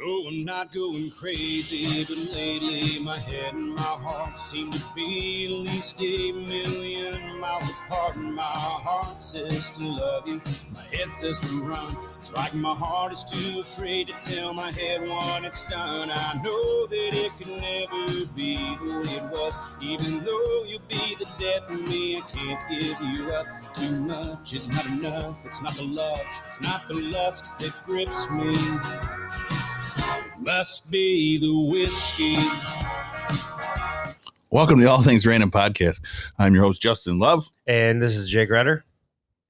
No, I'm not going crazy, but lately my head and my heart seem to be at least a million miles apart. And my heart says to love you, my head says to run. It's like my heart is too afraid to tell my head what it's done. I know that it can never be the way it was, even though you'll be the death of me. I can't give you up. Too much is not enough. It's not the love, it's not the lust that grips me. Must be the whiskey. Welcome to All Things Random Podcast. I'm your host, Justin Love. And this is Jake Rutter.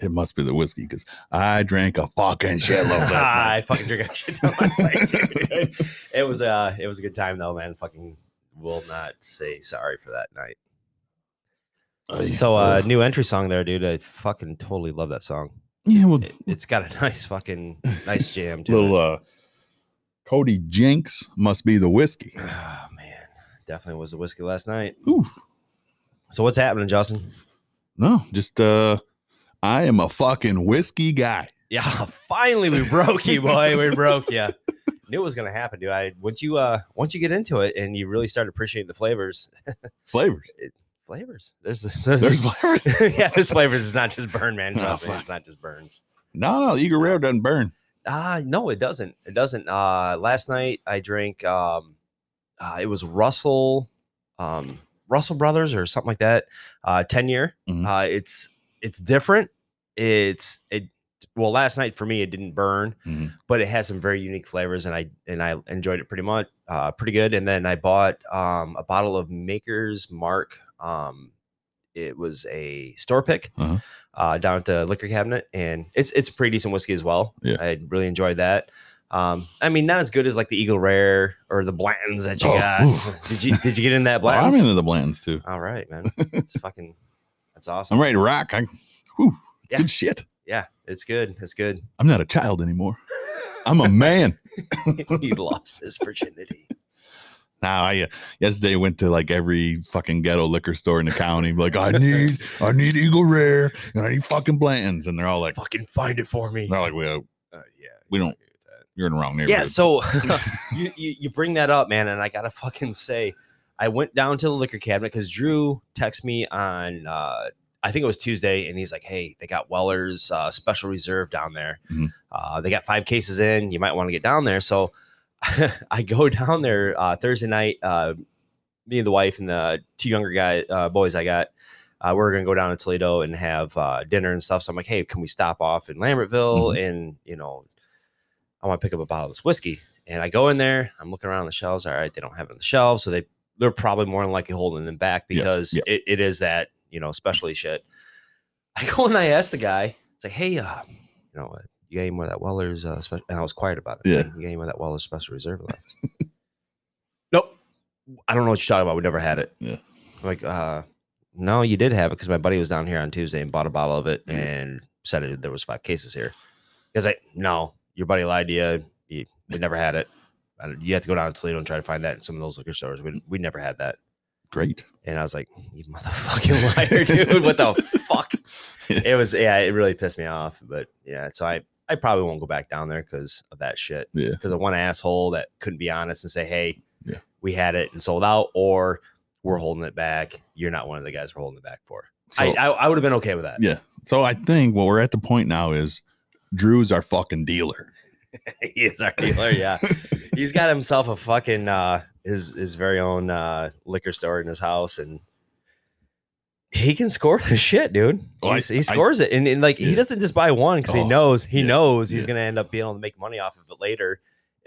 It must be the whiskey because I drank a fucking shitload last I night. fucking drink a shit ton last night, dude. It was uh it was a good time though, man. Fucking will not say sorry for that night. Ay, So uh ugh. new entry song there, dude. I fucking totally love that song. yeah, well, It, it's got a nice fucking nice jam to little it. uh, Cody Jenks must be the whiskey. Oh man. Definitely was the whiskey last night. uh, Ooh, So what's happening, Justin? no, just uh, I am a fucking whiskey guy. Yeah, finally we broke you, boy. We broke you. Knew it was gonna happen, dude. I once you uh once you get into it and you really start appreciating the flavors, Flavors, flavors. There's there's flavors. yeah, there's flavors. It's not just burn, man. Oh, Trust me, fuck. it's not just burns. No, no, Eagle Rare doesn't burn. Ah, no, it doesn't. It doesn't. Uh, last night I drank. Um, uh, it was Russell, um, Russell Brothers or something like that. Uh, ten year. Mhm. Uh, it's it's different. It's it. Well, last night for me it didn't burn, Mhm. but it has some very unique flavors, and I and I enjoyed it pretty much, uh, pretty good. And then I bought um, a bottle of Maker's Mark. Um, it was a store pick Uh-huh. uh, down at the liquor cabinet, and it's it's a pretty decent whiskey as well. Yeah. I really enjoyed that. Um, I mean, not as good as like the Eagle Rare or the Blantons that you Oh, got. oof. Did you did you get in that Well, I'm Blantons? into the blands too. All right, man. It's fucking. That's awesome. I'm ready to rock. I, whew, it's Yeah. good shit. Yeah, it's good. It's good. I'm not a child anymore. I'm a man. he lost his virginity. Now I uh, yesterday went to like every fucking ghetto liquor store in the county. Like I need, I need Eagle Rare, and I need fucking Blantons, and they're all like, Fucking find it for me. they're like, well, Uh, yeah, We I don't- agree with that. you're in the wrong neighborhood. yeah so you, you you bring that up man and i gotta fucking say i went down to the liquor cabinet because drew texted me on uh i think it was tuesday and he's like hey they got weller's uh, special reserve down there Mhm. uh, they got five cases in you might want to get down there so i go down there uh, thursday night uh, me and the wife and the two younger guy uh, boys i got uh, we're gonna go down to Toledo and have uh, dinner and stuff. So I'm like, hey, can we stop off in Lambertville and you know I want to pick up a bottle of this whiskey. And I go in there, I'm looking around the shelves. All right, they don't have it on the shelves. So they they're probably more than likely holding them back Yeah, because yeah. It, it is that, you know, specialty shit. I go and I ask the guy, it's like, hey, uh, you know what? You got any more of that Weller's uh, special? And I was quiet about it. It's Yeah. Like, you got any more of that Weller's special reserve left? nope. I don't know what you're talking about. We never had it. Yeah. I'm like, uh, no, you did have it because my buddy was down here on Tuesday and bought a bottle of it Yeah. and said it, there was five cases here. Because I no, your buddy lied to you. you we never had it. I don't- You have to go down to Toledo and try to find that in some of those liquor stores. We, we never had that. great. And I was like, you motherfucking liar, dude. What the fuck? It was, yeah, it really pissed me off. But yeah, so I, I probably won't go back down there because of that shit. Yeah. Because of one asshole that couldn't be honest and say, hey, Yeah. we had it and sold out, or we're holding it back. You're not one of the guys we're holding it back for. So, I, I, I would have been okay with that. yeah. So I think what we're at the point now is Drew's our fucking dealer. he is our dealer. Yeah, he's got himself a fucking uh, his his very own uh, liquor store in his house, and he can score the shit, dude. Oh, I- He's- he I- scores it, and, and like he Yeah. doesn't just buy one because Oh, he knows he yeah, knows he's yeah. gonna end up being able to make money off of it later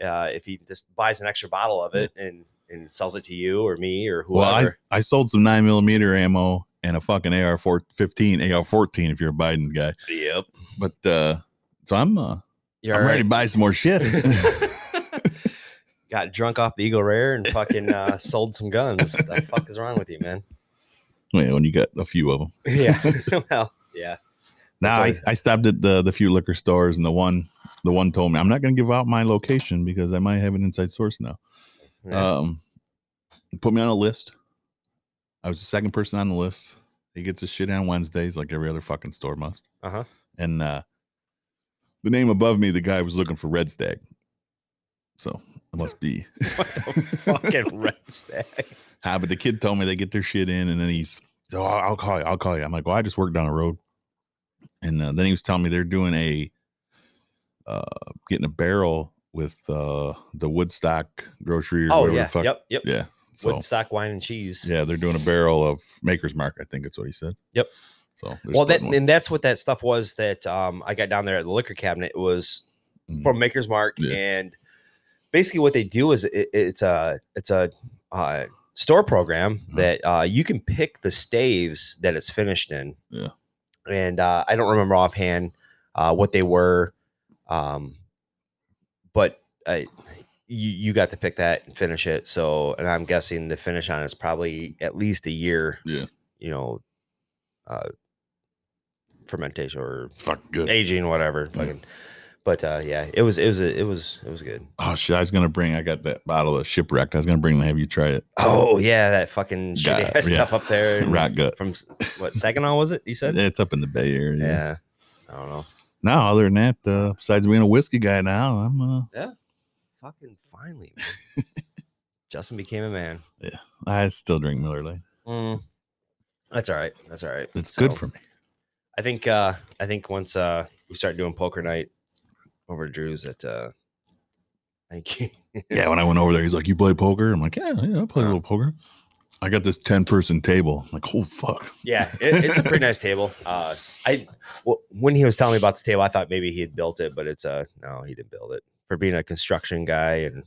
uh, if he just buys an extra bottle of it and and sells it to you or me or whoever. Well, I, I sold some nine millimeter ammo and a fucking AR four fifteen, AR fourteen if you're a Biden guy. yep, But uh so I'm uh, you're I'm ready to buy some more shit. Got drunk off the Eagle Rare and fucking uh, sold some guns. What the fuck is wrong with you, man? yeah, when you got a few of them. Yeah. well, yeah. Now I, That's I stopped at the the few liquor stores and the one the one told me I'm not going to give out my location because I might have an inside source now. Yeah. Um, put me on a list. I was the second person on the list. He gets his shit on Wednesdays, like every other fucking store must. Uh-huh. And uh the name above me, the guy was looking for red stag. So it must be What the fucking red stag. Ah, but the kid told me they get their shit in, and then he's so I'll, I'll call you. I'll call you. I'm like, well, I just worked down the road, and uh, then he was telling me they're doing a uh, getting a barrel with uh, the Woodstock grocery. Or Oh whatever the yeah. fuck- Yep. Yep. yeah. So Woodstock wine and cheese. yeah, they're doing a barrel of Maker's Mark. I think that's what he said. Yep. So they're Well, that splitting one. and that's what that stuff was that um, I got down there at the liquor cabinet. It was Mm. from Maker's Mark, Yeah. and basically what they do is it, it's a it's a uh, store program Mhm. that uh, you can pick the staves that it's finished in. Yeah. and uh, I don't remember offhand uh, what they were, um, but I, you you got to pick that and finish it. So, and I'm guessing the finish on it's probably at least a year. Yeah. you know, uh, fermentation or fucking good. aging, whatever. Yeah. Fucking. But uh, yeah, it was it was a, it was it was good. Oh shit! I was gonna bring. I got that bottle of shipwreck. I was gonna bring and have you try it. Oh yeah, that fucking shitty Got- ass yeah. stuff up there. and Rat gut. From s- what Saginaw was it? You said? It's up in the Bay Area. Yeah. I don't know. No, other than that, uh, besides being a whiskey guy now, I'm uh, Fucking finally, man. Justin became a man. I still drink Miller Lite. Mm, That's all right. That's all right. It's So, good for me. I think. uh I think once uh we start doing poker night over at Drew's, that uh, I think Yeah, when I went over there, he's like, "You play poker?" I'm like, "Yeah, yeah, I play a little poker." I got this ten person table. I'm like, "Oh fuck!" Yeah, it, it's a pretty nice table. Uh, I well, when he was telling me about the table, I thought maybe he had built it, but it's uh no, he didn't build it. For being a construction guy and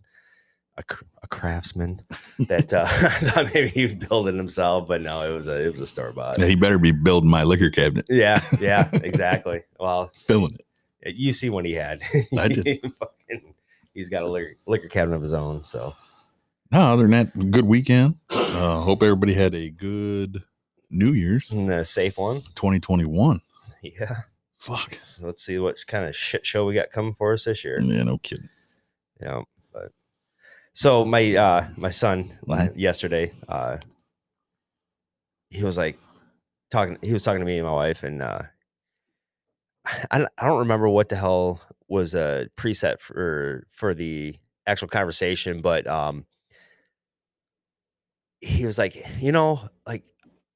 a, cr- a craftsman, that uh, I thought maybe he would build it himself, but no, it was a it was a store bought. Yeah, he better be building my liquor cabinet, Yeah, yeah, exactly. Well, filling it. you see what he had. I did. He fucking- he's got a liquor, liquor cabinet of his own. So No, other than that, good weekend. Uh, hope everybody had a good New Year's, and a safe one. 2021. Yeah. Fuck. So let's see what kind of shit show we got coming for us this year. Yeah, no kidding. Yeah, but so my uh my son la- yesterday uh he was like talking he was talking to me and my wife and uh I don't- I don't remember what the hell was a preset for for the actual conversation but um he was like you know like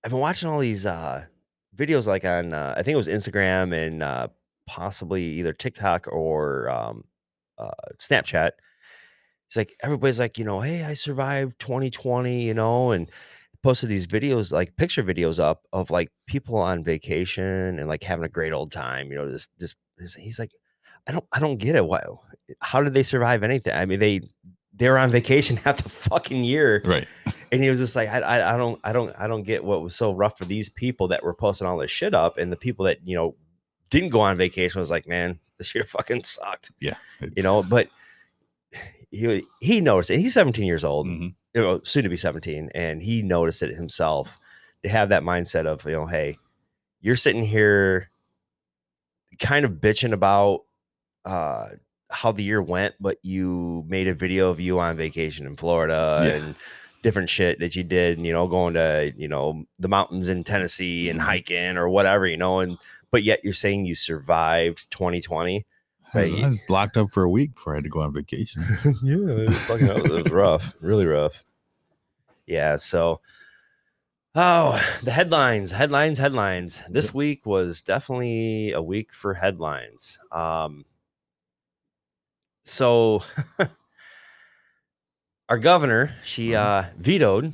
I've been watching all these uh videos like on uh, I think it was Instagram and uh possibly either TikTok or um uh, Snapchat. It's like everybody's like, you know, hey, I survived 2020, you know, and posted these videos, like picture videos up of like people on vacation and like having a great old time, you know, this this, this he's like, I don't I don't get it. Why how did they survive anything? I mean, they they were on vacation half the fucking year. Right. And he was just like, I, I, I don't, I don't, I don't get what was so rough for these people that were posting all this shit up, and the people that you know didn't go on vacation was like, man, this year fucking sucked. Yeah, it- you know, but he he noticed it. He's 17 years old, Mhm. you know, soon to be 17, and he noticed it himself to have that mindset of you know, hey, you're sitting here, kind of bitching about uh how the year went, but you made a video of you on vacation in Florida Yeah. and different shit that you did, you know, going to, you know, the mountains in Tennessee and Mhm. hiking or whatever, you know, and but yet you're saying you survived 2020. I was, So I you- was locked up for a week before I had to go on vacation. yeah, it was, fucking, it was rough, really rough. Yeah, so oh, the headlines, headlines, headlines. This week was definitely a week for headlines. Um, so our governor, she uh, vetoed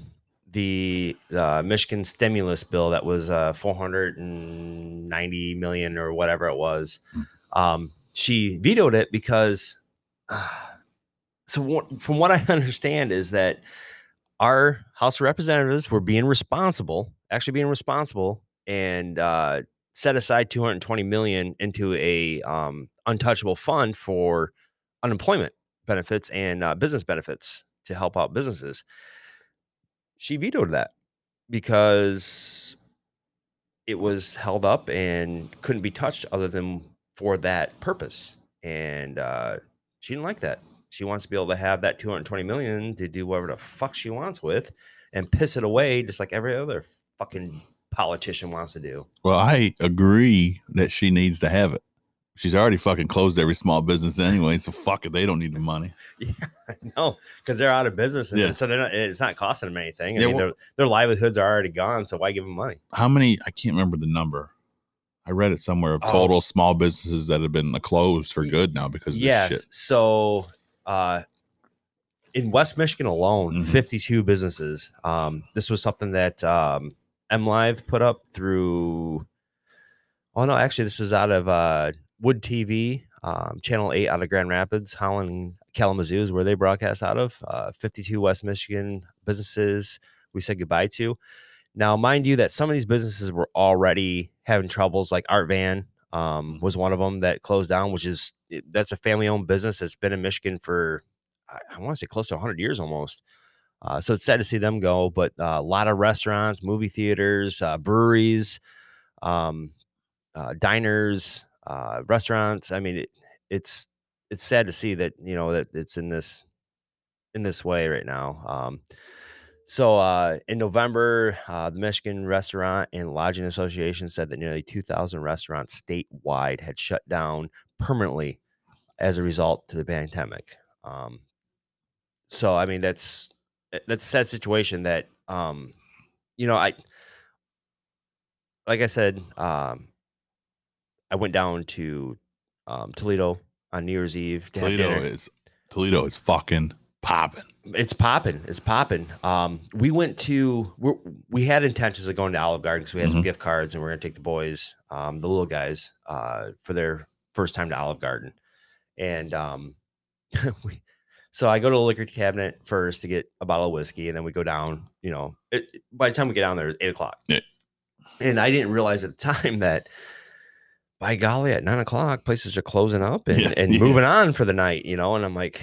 the uh, Michigan stimulus bill that was uh, 490 million or whatever it was. Um, she vetoed it because. Uh, so what, from what I understand is that our House of Representatives were being responsible, actually being responsible, and uh, set aside 220 million into a um, untouchable fund for unemployment benefits and uh, business benefits to help out businesses. She vetoed that because it was held up and couldn't be touched other than for that purpose, and uh, she didn't like that. She wants to be able to have that 220 million to do whatever the fuck she wants with and piss it away just like every other fucking politician wants to do. Well, I agree that she needs to have it. She's already fucking closed every small business anyway, so fuck it. They don't need the money. no, because they're out of business, and Yeah. so they're not. It's not costing them anything. I Yeah, mean, well- their, their livelihoods are already gone, so why give them money? How many? I can't remember the number. I read it somewhere of Oh. total small businesses that have been closed for good now because of yes. this shit. So, uh, in West Michigan alone, Mhm. 52 businesses. Um, this was something that um, M Live put up through. Oh no, actually, this is out of uh, Wood TV, um, Channel Eight out of Grand Rapids, Holland, Kalamazoo is where they broadcast out of. Uh, 52 West Michigan businesses we said goodbye to. Now, mind you, that some of these businesses were already having troubles. Like Art Van um, was one of them that closed down, which is it- that's a family-owned business that's been in Michigan for I, I want to say close to 100 years almost. Uh, so it's sad to see them go, but uh, a lot of restaurants, movie theaters, uh, breweries, um, uh, diners, uh, restaurants. I mean, it, it's it's sad to see that you know that it's in this in this way right now. Um, so uh, in November, uh, the Michigan Restaurant and Lodging Association said that nearly 2,000 restaurants statewide had shut down permanently as a result to the pandemic. Um, so I mean that's eh, that's a sad situation that um, you know I like I said um, I went down to um, Toledo on New Year's Eve. to have Toledo dinner is Toledo is fucking popping. it's popping. It's popping. Um, we went to we're, we had intentions of going to Olive Garden because we had some Mhm. gift cards and we're gonna take the boys, um, the little guys, uh, for their first time to Olive Garden, and um, we, so I go to the liquor cabinet first to get a bottle of whiskey, and then we go down. You know, it, it- by the time we get down there, it's eight o'clock, Yeah. and I didn't realize at the time that. By golly, at nine o'clock, places are closing up and, Yeah, and yeah. moving on for the night, you know. And I'm like,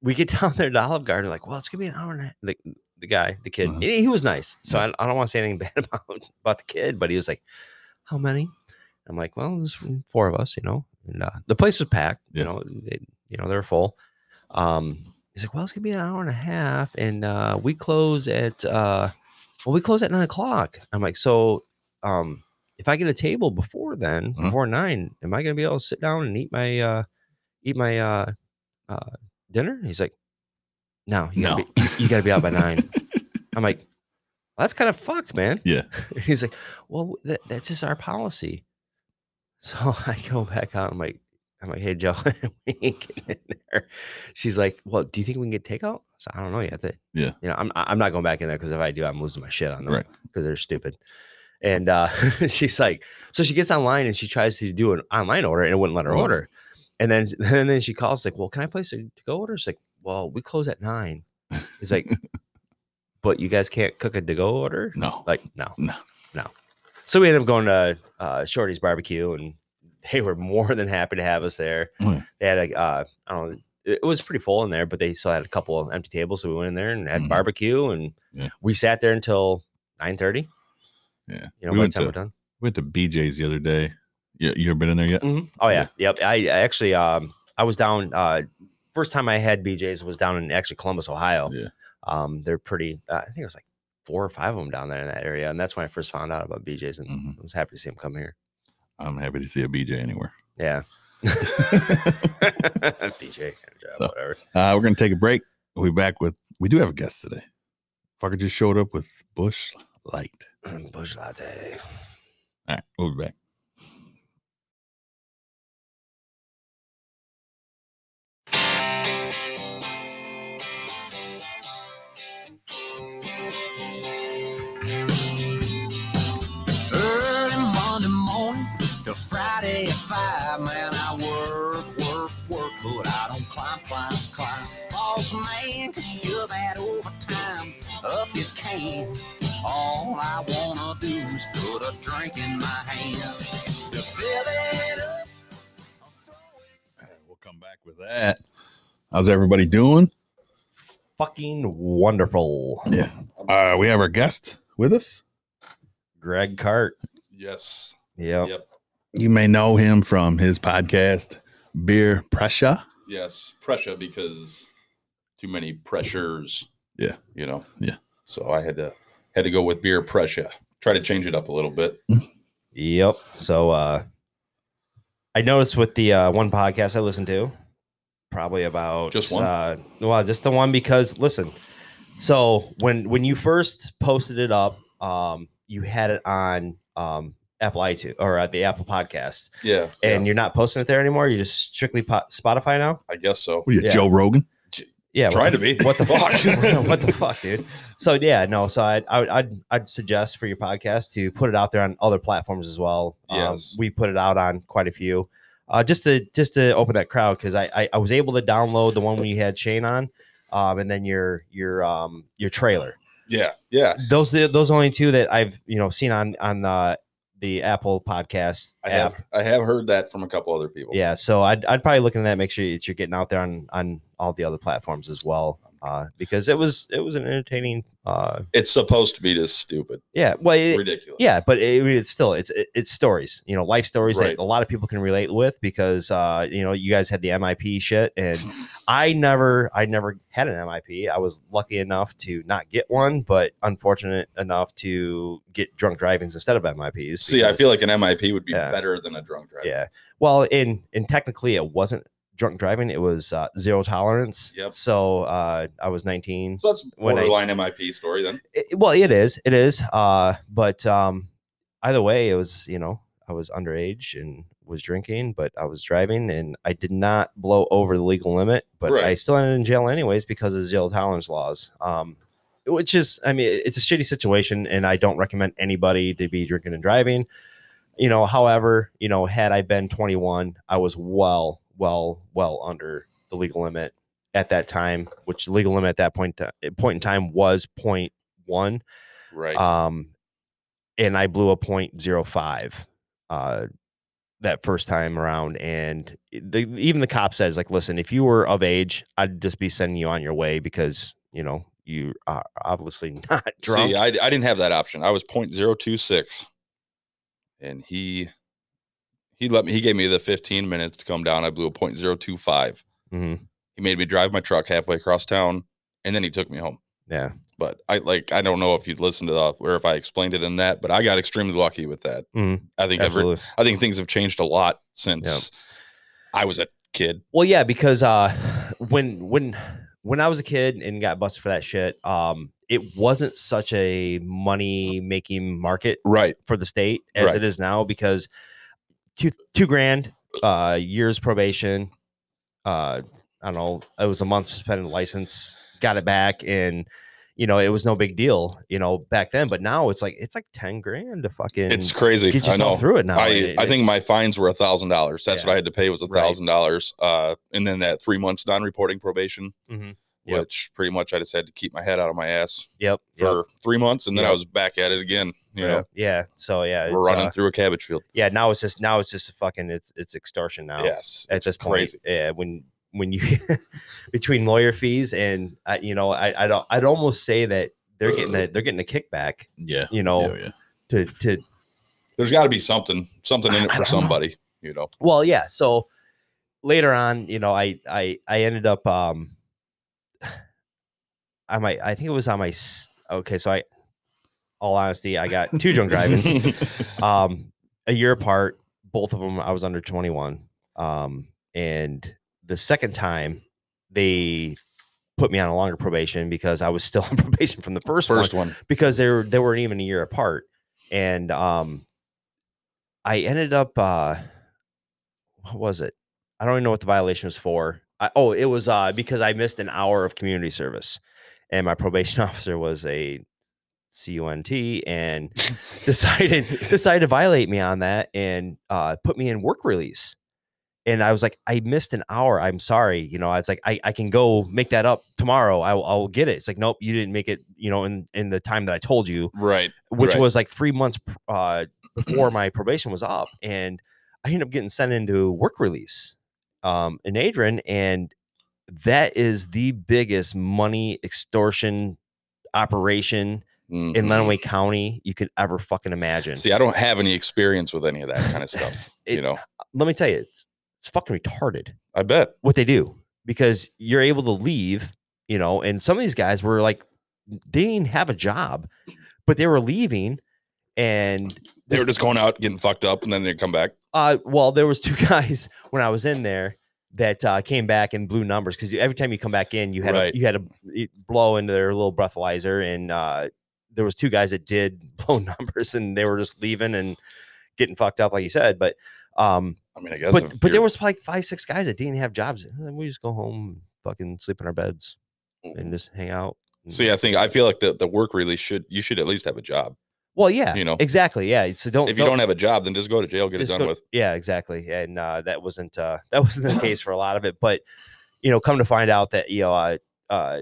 we get down there to Olive Garden, like, well, it's gonna be an hour and a the, the guy, the kid, Uh-huh. and he was nice. So I, I don't want to say anything bad about, about the kid, but he was like, how many? I'm like, well, there's four of us, you know, and uh, the place was packed, Yeah. you know, they, you know, they were full. Um, he's like, well, it's gonna be an hour and a half, and uh, we close at, uh, well, we close at nine o'clock. I'm like, so, um, if I get a table before then, Uh-huh. before nine, am I gonna be able to sit down and eat my, uh, eat my, uh, uh, dinner? And he's like, no, you gotta, No. be, you, you gotta be out by nine. I'm like, well, that's kind of fucked, man. Yeah. He's like, well, that, that's just our policy. So I go back out. I'm like, I'm like, hey, Joe, we ain't getting in there. She's like, well, do you think we can get takeout? So I don't know. You have to, Yeah. You know, I'm I'm not going back in there because if I do, I'm losing my shit on them Right. because they're stupid. And uh, she's like, so she gets online and she tries to do an online order and it wouldn't let her Right. order. And then and then she calls like, well, can I place a to go order? It's like, well, we close at nine. It's like, but you guys can't cook a to go order. No, Like, no, No. no. So we ended up going to uh, Shorty's Barbecue, and they were more than happy to have us there. Oh, yeah. They had a, uh, I don't know, it it was pretty full in there, but they still had a couple of empty tables, so we went in there and had Mhm. barbecue, and Yeah. we sat there until nine thirty. yeah. You know, we by the went time to we're done. we went to BJ's the other day. You you ever been in there yet? Mhm. Oh yeah, yep. I, I actually, um, I was down. Uh, first time I had BJ's was down in actually Columbus, Ohio. Yeah. Um, they're pretty. Uh, I think it was like four or five of them down there in that area, and that's when I first found out about BJ's, and Mhm. I was happy to see them come here. I'm happy to see a BJ anywhere. Yeah. BJ, kind of job, So- whatever. Uh, we're gonna take a break. We'll be back with. We do have a guest today. Fucker just showed up with Bush Light. Bush latte. All right, we'll be back. Early Monday morning to Friday at five, man, I work, work, work, but I don't climb, climb, climb. Boss man can shove that overtime up his can. All I wanna do is put a drink in my hand to fill it up. All right, we'll come back with that. How's everybody doing? Fucking wonderful. Yeah. Uh, we have our guest with us. Greg Cart. Yes. Yeah. Yep. You may know him from his podcast, Beer Pressure. Yes. Pressure because too many pressures. Yeah. You know. Yeah. So I had to had to go with beer pressure. try to change it up a little bit. Yep. So uh I noticed with the uh one podcast I listened to, probably about Just one? Uh, well, just the one because listen. So when when you first posted it up, um you had it on um Apple iTunes or at the Apple Podcast, Yeah, and yeah, you're not posting it there anymore. You're just strictly po- Spotify now. I guess so. What are you, Yeah. Joe Rogan? Yeah, Try what- to be. What the fuck? Fuck. what the fuck, dude? So yeah, no. So I, I, would- I'd, I'd suggest for your podcast to put it out there on other platforms as well. Um, Yes. we put it out on quite a few, uh, just to just to open that crowd because I, I I was able to download the one when you had Shane on, um, and then your your um your trailer. Yeah, yeah. Those the- those only two that I've you know seen on on the the Apple Podcast I app. have I have heard that from a couple other people. Yeah, so I'd, I'd probably look into that. Make sure that you're getting out there on on all the other platforms as well, uh, because it was it was an entertaining. Uh, it's supposed to be this stupid, yeah, well, it, ridiculous. yeah, but it, it's still it's it, it's stories, you know, life stories Right. that a lot of people can relate with because uh, you know you guys had the MIP shit, and I never I never had an MIP. I was lucky enough to not get one, but unfortunate enough to get drunk drivings instead of MIPs. See, I because- feel like an MIP would be Yeah. better than a drunk driver. yeah. Well, in and technically it wasn't drunk driving; it was uh, zero tolerance. Yep. So uh, I was 19. So that's When I- borderline MIP story then. It- well, it is. It is. Uh, but um, either way, it was. You know, I was underage and was drinking, but I was driving, and I did not blow over the legal limit. But I Right. still ended in jail anyways because of zero tolerance laws. Um, which is, I mean, it's a shitty situation, and I don't recommend anybody to be drinking and driving. You know, however, you know, had I been 21, I was well, well, well under the legal limit at that time, which the legal limit at that point uh, point in time was point one. Right. Um, and I blew a point zero five uh, that first time around. And the, even the cop says, like, listen, if you were of age, I'd just be sending you on your way because you know you are obviously not drunk. See, I, I didn't have that option. I was 0.026. And he he let me he gave me the 15 minutes to come down. I blew a 0.025. Mhm, He made me drive my truck halfway across town and then he took me home. Yeah. But I like I don't know if you'd listened to the or if I explained it in that, but I got extremely lucky with that. Mhm, I think I've re- Absolutely. I think things have changed a lot since I was a kid. Well, yeah, because uh, when when when I was a kid and got busted for that shit, um, it wasn't such a money making market Right. for the state as Right. it is now because two two grand, uh, years probation, uh, I don't know, it was a month suspended license, got it back, and you know it was no big deal, you know, back then. But now it's like it's like ten grand to fucking It's crazy. get I know. yourself through it now. and I, it- I think it's- my fines were a thousand dollars. That's what Yeah. I had to pay was a Right. thousand dollars. Uh, and then that three months non-reporting probation, Mhm. Yep. which pretty much I just had to keep my head out of my ass yep yep, for three months, and then I Yep. was back at it again. You bro. yeah so yeah know, we're it's, running uh, through a cabbage field. yeah now it's just now it's just a fucking it's it's extortion now Yes, at this crazy. point yeah when when you between lawyer fees and I, you know I I don't I'd almost say that they're getting a, they're getting a kickback Yeah. you know yeah. to to There's got to be something, something in I- it I for don't know. somebody. You know, well yeah so later on you know I I I ended up um I might I think it was on my s- okay so I all honesty I got two drunk drivings um a year apart both of them i was under 21 um and the second time they put me on a longer probation because i was still on probation from the first, one first one. because they were they weren't even a year apart and um i ended up uh what was it i don't even know what the violation was for I, oh it was uh because i missed an hour of community service and my probation officer was a cunt and decided decided to violate me on that and uh, put me in work release. And I was like, I missed an hour. I'm sorry. You know, I was like, I, I can go make that up tomorrow. I'll, I'll get it. It's like, nope, you didn't make it, you know, in, in the time that I told you Right. which Right. was like three months pr- uh, before my probation was up, and I ended up getting sent into work release um, in Adrian, and that is the biggest money extortion operation in Mhm. Lenawee County you could ever fucking imagine. See, I don't have any experience with any of that kind of stuff. you It- know, Let me tell you, it's, it's fucking retarded I bet. what they do because you're able to leave, you know, and some of these guys were like, they didn't even have a job, but they were leaving and They this- were just going out getting fucked up, and then they come back. Uh, well, there was two guys when I was in there that uh, came back and blew numbers because every time you come back in, you had Right. a, you had to it blow into their little breathalyzer, and uh, there was two guys that did blow numbers, and they were just leaving and getting fucked up, like you said. But um, I mean, I guess. but if but there you're- was like five six guys that didn't have jobs. And We just go home, fucking sleep in our beds, and just hang out. and- See, I think I feel like the, the work really should you should at least have a job. well, yeah, you know, exactly, yeah. So don't If you don't have a job, then just go to jail, get Oh, it Just done go- with. Yeah, exactly. And uh, that wasn't uh, that wasn't the case for a lot of it. But you know, come to find out that you know, uh, uh,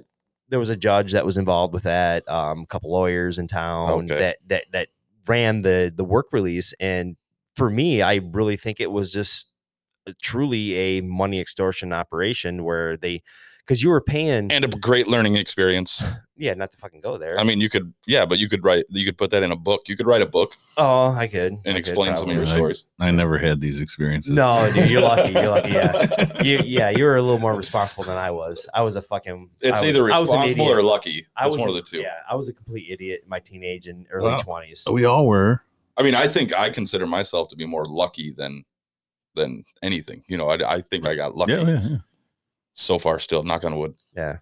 there was a judge that was involved with that. Um, a couple lawyers in town Okay. that that that ran the the work release. And for me, I really think it was just uh, truly a money extortion operation where they because you were paying And a great learning experience. yeah not to fucking go there I mean, you could yeah, but you could write you could put that in a book. You could write a book oh i could I and could explain some probably. of your Right. stories. I never had these experiences. no dude, you're lucky you're lucky yeah you, yeah, you were a little more responsible than I was. I was a fucking. It's I was- either I was an responsible or idiot. lucky. I it's was one an- of the two. Yeah, I was a complete idiot in my teenage and early Well, twenties. Oh, We all were. I mean, I think I consider myself to be more lucky than than anything. You know, I, I think I got lucky Yeah, yeah, yeah. so far. Still, knock on wood. yeah,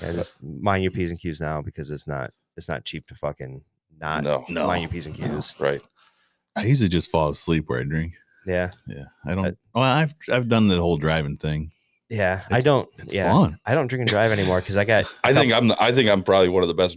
yeah. Just mind your p's and q's now because it's not it's not cheap to fucking not no, no. mind your p's and No. q's. right. I usually just fall asleep where I drink. Yeah, Yeah, I don't. I- well, I've I've done the whole driving thing. yeah. I It's- don't. It's Yeah, fun. I don't drink and drive anymore because I got. I think I'm. the- I think I'm probably one of the best.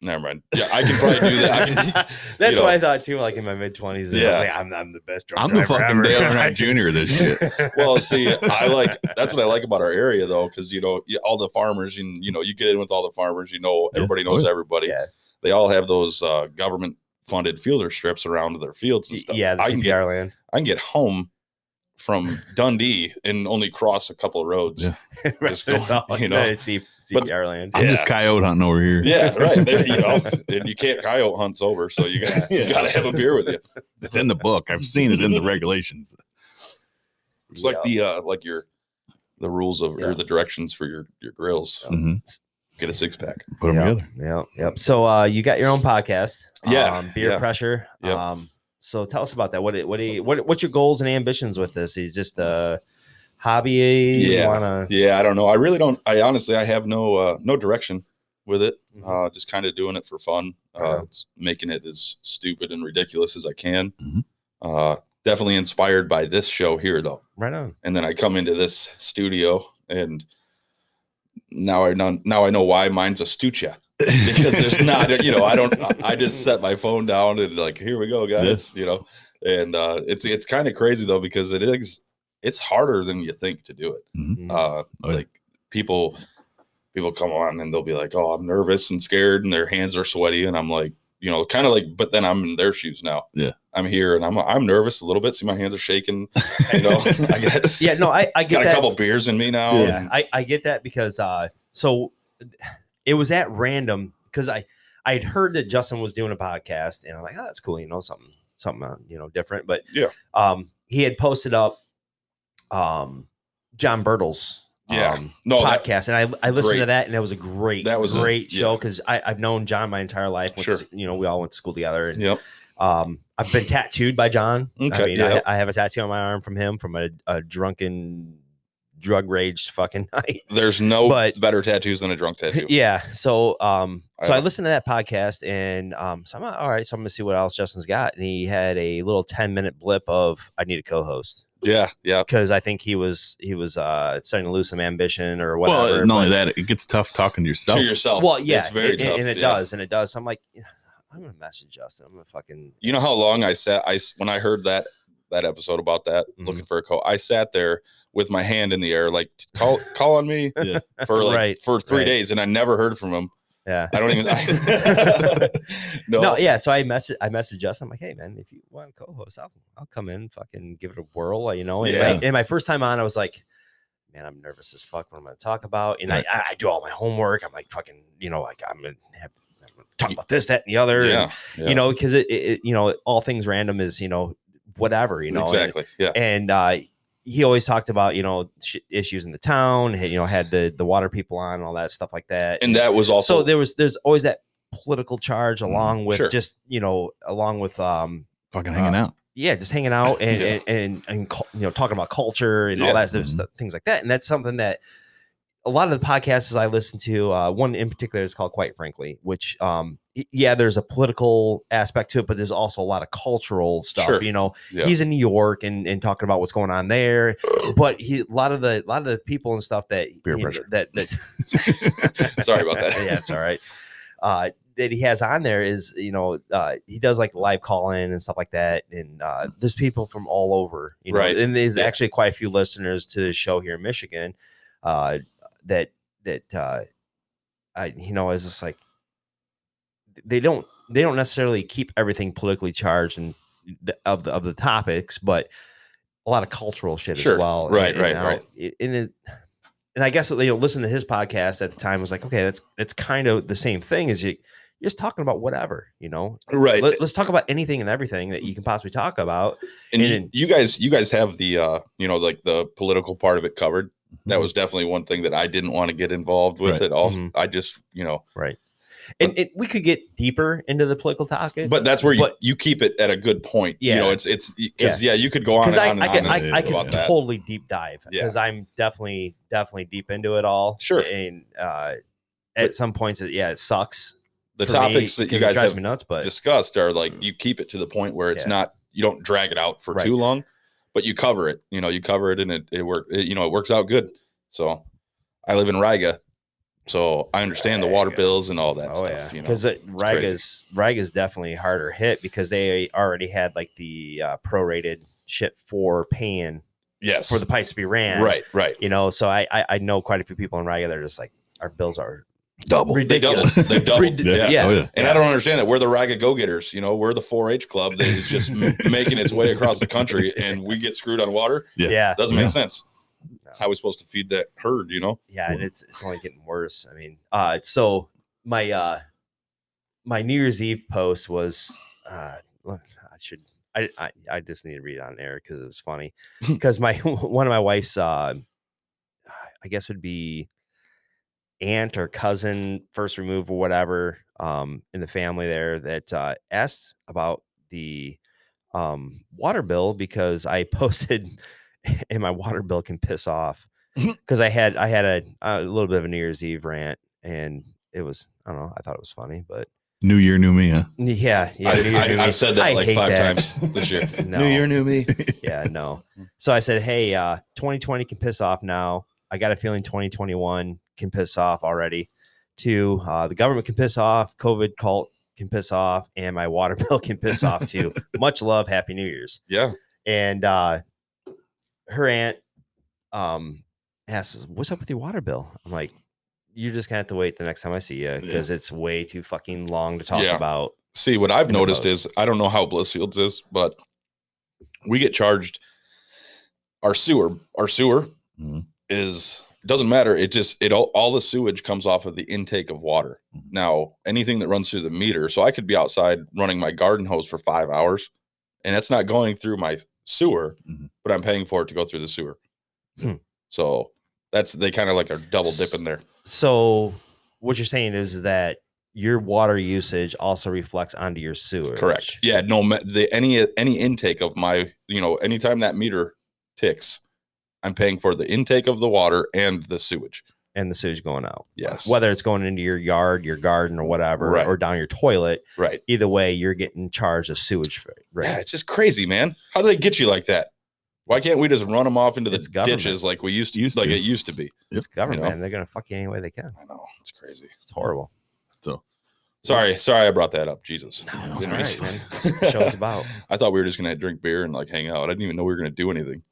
Never mind. Yeah, I can probably do that. I can, That's you what know. I thought too. Like in my mid twenties. Yeah. Yeah, like, I'm I'm the best drunk I'm the driver fucking ever. Dale Earnhardt Jr. of This shit. well, see, I like that's what I like about our area though, because you know you- all the farmers, and you know you get in with all the farmers. You know Yeah. everybody knows Oh, yeah. everybody. Yeah. They all have those uh, government funded fielder strips around their fields and stuff. yeah, the I can get CPR land. I can get home from Dundee and only cross a couple of roads. Yeah. Yeah, Rest it's Just going, all, you you know. know, C- But- CPR land. I'm just Yeah. coyote hunting over here. right. There you go. And you can't coyote hunts over, so you got Yeah. you got to have a beer with you. It's in the book. I've seen it in the regulations. It's like the uh like your the rules of Yeah. or the directions for your your grills. Mhm. Get a six pack. Put them Mm-hmm. yeah, together. Yeah, yep. So uh, you got your own podcast. Yeah, um, beer yeah, pressure. yep. Um, so tell us about that. What do- what do you, what what's your goals and ambitions with this? Is just a hobby? Yeah. You wanna, Yeah, I don't know. I really don't. I honestly, I have no uh, no direction with it. Mhm. Uh, just kind of doing it for fun. Uh, Yeah. it's making it as stupid and ridiculous as I can. Mhm. Uh, definitely inspired by this show here, though. right on. And then I come into this studio, and now I know now I know why mine's a stucha because there's not you know I don't I- I just set my phone down and like here we go guys Yes. you know and uh, it's it's kind of crazy though because it is it's harder than you think to do it Mm. uh Oh, yeah. like people people come on and they'll be like oh i'm nervous and scared and their hands are sweaty and i'm like you know kind of like but then i'm in their shoes now Yeah. i'm here and i'm i'm nervous a little bit see my hands are shaking you know i got, yeah, no, I I get got a that. couple beers in me now yeah, and- I I get that because uh, so it was at random because I I had heard that Justin was doing a podcast and I'm like, oh, that's cool, you know, something something uh, you know different, but Yeah. um, he had posted up um John Bertles. Yeah. Um, no Oh, that- podcast, and I I listened Great. to that, and that was a great That was- great yeah. show because I I've known John my entire life. Once, Sure. you know we all went to school together, and yep um I've been tattooed by John. I Okay, mean yeah. I, I have a tattoo on my arm from him from a, a drunken drug rage fucking night. there's no But- better tattoos than a drunk tattoo yeah, so um I so I like- listened to that podcast, and um so I'm like, all right, so I'm gonna see what else Justin's got, and he had a little ten minute blip of I need a co-host yeah yeah because I think he was he was uh starting to lose some ambition or whatever. Well, not but- only that, it gets tough talking to yourself. to yourself Well, yeah, it's very and, tough and it yeah. does, and it does. So I'm like, I'm gonna message Justin. I'm gonna fucking you know how long I sat I s- when I heard that that episode about that Mm-hmm. Mhm. looking for a call I sat there with my hand in the air like "T- call call on me Yeah. for like Right, for 3 right. days and I never heard from him yeah. I don't even I, no, No, yeah. So I messaged, I messaged Justin. I'm like, hey man, if you want to co-host, I'll, I'll come in, fucking give it a whirl, you know. And, Yeah. my, and my first time on, I was like, man, I'm nervous as fuck. What I'm gonna talk about, and I, I, I do all my homework. I'm like, fucking, you know, like I'm gonna have I'm gonna talk about this, that, and the other. and, yeah, yeah, You know, because it, it, it- you know, all things random is, you know, whatever, you know. and- exactly yeah and uh, he always talked about you know sh- issues in the town. had- You know, had the the water people on and all that stuff like that. and that was also so there was there's always that political charge along with Sure. just you know along with um fucking hanging out. yeah just hanging out and Yeah. and, and and cul- you know talking about culture and all Yeah. Mm-hmm. that stuff, Mhm. stuff- things like that and that's something that a lot of the podcasts I listen to, uh, one in particular is called Quite Frankly, which, um, y- yeah, there's a political aspect to it, but there's also a lot of cultural stuff. Sure. You know, Yeah. he's in New York and, and talking about what's going on there. But he a lot of the a lot of the people and stuff that Peer you know, pressure. that that Sorry about that. yeah, it's all right. Uh, that he has on there is you know uh, he does like live call in and stuff like that, and uh, there's people from all over, you know, Right. and there's Yeah. actually quite a few listeners to the show here in Michigan uh, that that uh, I you know is just like they don't they don't necessarily keep everything politically charged and the, of the of the topics, but a lot of cultural shit Sure. as well. Right, and, right, and how right. it- and it, and I guess you know, listening to his podcast at the time was like, okay, that's that's kind of the same thing as you. You're just talking about whatever, you know. Right. Let, us talk about anything and everything that you can possibly talk about. and you, and- you guys you guys have the uh you know like the political part of it covered that was definitely one thing that i didn't want to get involved with Mm-hmm. Right. Mm-hmm. at all Mhm. i just you know And it, we could get deeper into the political topic. but that's where you, But- you keep it at a good point you Yeah. know it's it's because yeah. you could go on because and I, on and I, on can, and I, I about can that. totally deep dive Yeah. because I'm definitely definitely deep into it all. Sure. And uh, at some points, it, yeah, it sucks. the for me topics that 'cause you it guys drives have me nuts, but discussed are like you keep it to the point where it's Yeah. not you don't drag it out for Right. too long but you cover it you know you cover it and it, it work it, you know it works out good so i live in riga so i understand the water Riga. bills and all that oh stuff yeah, you know because crazy. Raga's Raga's definitely harder hit because they already had like the uh, prorated shit for pan yes for the pipes to be ran. right right You know, so I I, I know quite a few people in Raga that are just like our bills are Double. They doubled. ridiculous. They Rid- doubled. yeah. yeah. Oh, yeah. And I don't understand that. We're the Raga go getters. You know, we're the 4 H club that is just m- making its way across the country and we get screwed on water. Yeah. yeah. Doesn't make Yeah. sense. How are we supposed to feed that herd, you know? yeah and Well- it's it's only getting worse i mean uh so my uh my new year's eve post was uh look, i should I, I i just need to read it on air because it was funny because my one of my wife's uh i guess would be aunt or cousin first remove or whatever um in the family there that uh asked about the um water bill because i posted and my water bill can piss off because I had I had a, a little bit of a New Year's Eve rant, and it was I don't know I thought it was funny, but New year, new me. Huh? yeah, yeah. I, New Year, New I, Me. I've said that I like hate five that. times this year. No, new me. yeah, no. So I said, hey, uh, 2020 can piss off now. I got a feeling 2021 can piss off already. Two, uh, the government can piss off, COVID cult can piss off, and my water bill can piss off too. Much love, Happy New Year's. Yeah. and uh her aunt um asks what's up with your water bill i'm like you're just gonna have to wait the next time i see you because it's way too fucking long to talk Yeah. about See, what I've In the noticed post. is I don't know how Blissfields is, but we get charged our sewer. Our sewer Mhm. is doesn't matter. It just it all, all the sewage comes off of the intake of water. Mhm. Now anything that runs through the meter, so I could be outside running my garden hose for five hours, and that's not going through my sewer, Mhm. but I'm paying for it to go through the sewer. Hmm. So that's they kind of like are double dipping there. so what you're saying is that your water usage also reflects onto your sewer Correct. Yeah. No. ma- The any any intake of my you know anytime that meter ticks, I'm paying for the intake of the water and the sewage. and the sewage going out Yes. whether it's going into your yard your garden or whatever Right. or down your toilet Right. either way you're getting charged a sewage rate Yeah. It's just crazy, man. How do they get you like that? Why can't we just run them off into the It's government. ditches like we used to Used like to. it used to be? it's government know. man. they're gonna fuck you any way they can I know it's crazy. it's horrible So Sorry, sorry, I brought that up. Jesus. No, it's It's all all right, man. That's what the show's about. I thought we were just gonna drink beer and like hang out. I didn't even know we were gonna do anything.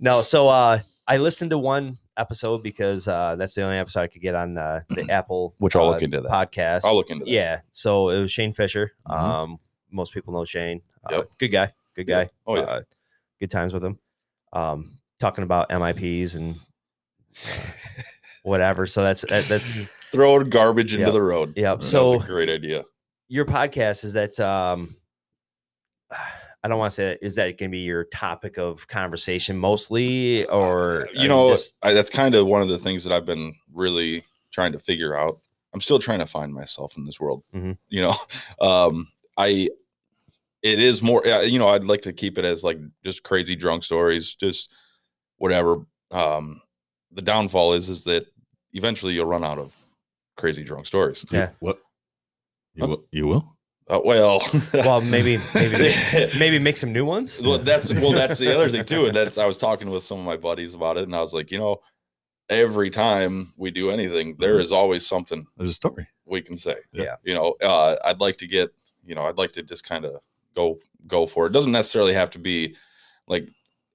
no, so uh, I listened to one episode because uh, that's the only episode I could get on uh, the Apple Which I'll uh, look into that. podcast. I'll look into that. Mm-hmm. yeah, so it was Shane Fisher. Mhm. Um, most people know Shane. Uh, Yep. Good guy. Good guy. Yeah. Oh yeah. Uh, good times with him. Um, talking about MIPs and uh, whatever. So that's that, that's Throw garbage into yeah. the road. yeah. That was That So was a great idea. your podcast is that um I don't want to say that is that going to be your topic of conversation mostly or you know just, I, that's kind of one of the things that i've been really trying to figure out I'm still trying to find myself in this world. Mhm. You know, um, I it is more. yeah, You know, I'd like to keep it as like just crazy drunk stories, just whatever. Um, the downfall is is that eventually you'll run out of crazy drunk stories. You- Yeah. What? You, Huh? will, you will? Uh, well, Well, maybe maybe maybe make some new ones. well that's well that's the other thing too and that's i was talking with some of my buddies about it and i was like you know every time we do anything there is always something There's a story. we can say Yeah. you know uh, i'd like to get you know i'd like to just kind of go go for it doesn't necessarily have to be like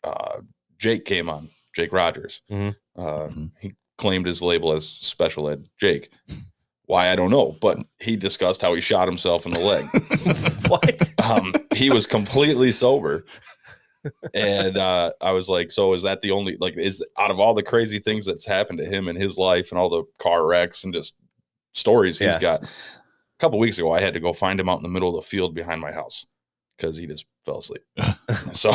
uh, jake came on jake rogers Mhm. uh, Mhm. he claimed his label as special ed jake why i don't know but he discussed how he shot himself in the leg What? um, he was completely sober. And uh, I was like, so is that the only like is out of all the crazy things that's happened to him in his life and all the car wrecks and just stories he's Yeah. got? A couple weeks ago, I had to go find him out in the middle of the field behind my house because he just fell asleep. so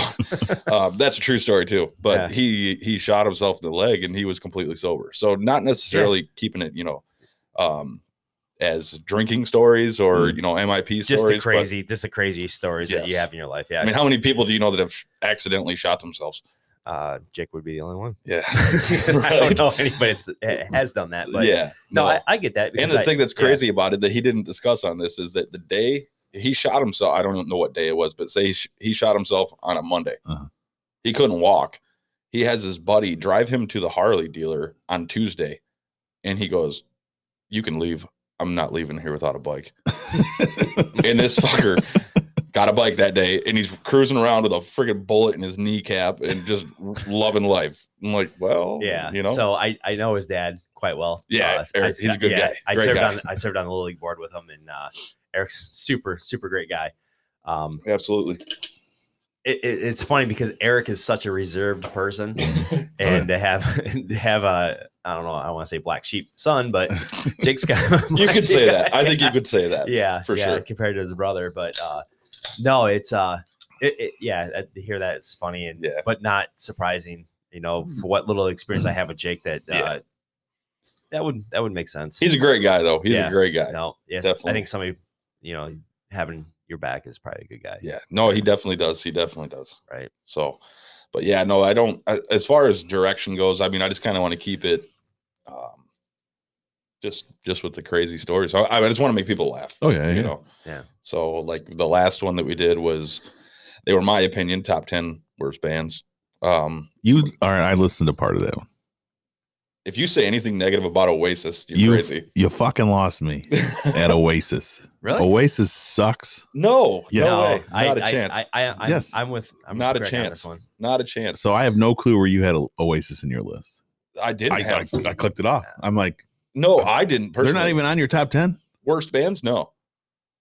uh, that's a true story too. But Yeah. he he shot himself in the leg and he was completely sober. So not necessarily keeping it, you know, um, as drinking stories or Mm. you know MIP Just the stories, but- crazy, just the crazy stories that you Yes. have in your life. Yeah, I mean, how many people do you know that have sh- accidentally shot themselves? uh, Jake would be the only one. Yeah. I Right? don't know anybody that's, that has done that, but yeah. no, I, I get that. and because the I- thing that's yeah. crazy about it that he didn't discuss on this is that the day he shot himself, I don't know what day it was, but say he, sh- he shot himself on a Monday. Uh-huh. He couldn't walk. He has his buddy drive him to the Harley dealer on Tuesday, and he goes, "You can leave. I'm not leaving here without a bike." and this fucker got a bike that day, and he's cruising around with a friggin' bullet in his kneecap and just loving life. I'm like, well, Yeah, you know, So I, I know his dad quite well. Uh, Yeah, s- Eric, he's a good guy. I Great served guy. on I served on the little league board with him, and uh, Eric's super super great guy. Um, absolutely. it, it, it's funny because Eric is such a reserved person, and to have to have a I don't know I don't want to say black sheep son, but Jake's got a You black could say sheep. that. I think you could say that. yeah for yeah, sure. compared to his brother but uh no it's uh it, it, yeah I- to hear that it's funny and Yeah. but not surprising you know for what little experience i have with jake that uh Yeah. that would that would make sense He's a great guy, though. He's Yeah. a great guy. no yes i definitely. think somebody you know having your back is probably a good guy Yeah. No, he definitely does. He definitely does. Right. So, but yeah, no, I don't. I, as far as direction goes, I mean, I just kind of want to keep it, um, just just with the crazy stories. I, I just want to make people laugh. Oh, yeah, You yeah. know. Yeah. So like the last one that we did was, they were my opinion top ten worst bands. Um, You all right? I listened to part of that one. if you say anything negative about Oasis, you're you crazy. you fucking lost me at Oasis. really Oasis sucks. no, Yeah. no way, I, not a I- chance, I, I, I, am Yes. I'm with. I'm with Not a Greg on this chance. one. not a chance. So I have no clue where you had Oasis in your list. I didn't I, I, have. I clicked it off. I'm like, no, I didn't. Personally. they're not even on your top ten. worst bands? No,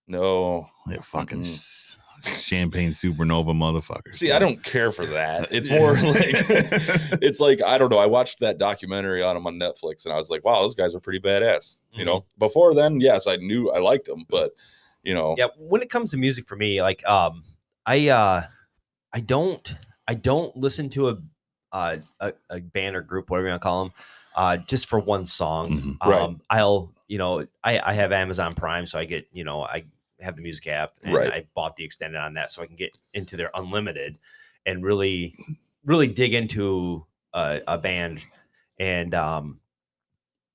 no. They're fucking Mm-mm. s- champagne supernova motherfuckers. See, I don't care for that. It's more like it's like I don't know. I watched that documentary on them on Netflix, and I was like, wow, those guys are pretty badass. You know, Mm-hmm. before then, yes, I knew I liked them, but you know, yeah when it comes to music for me like um i uh i don't i don't listen to a uh, a, a band or group whatever you want to call them uh just for one song Mhm. Right. um i'll you know i i have amazon prime so i get you know i have the music app and Right. i bought the extended on that so i can get into their unlimited and really really dig into a, a band and um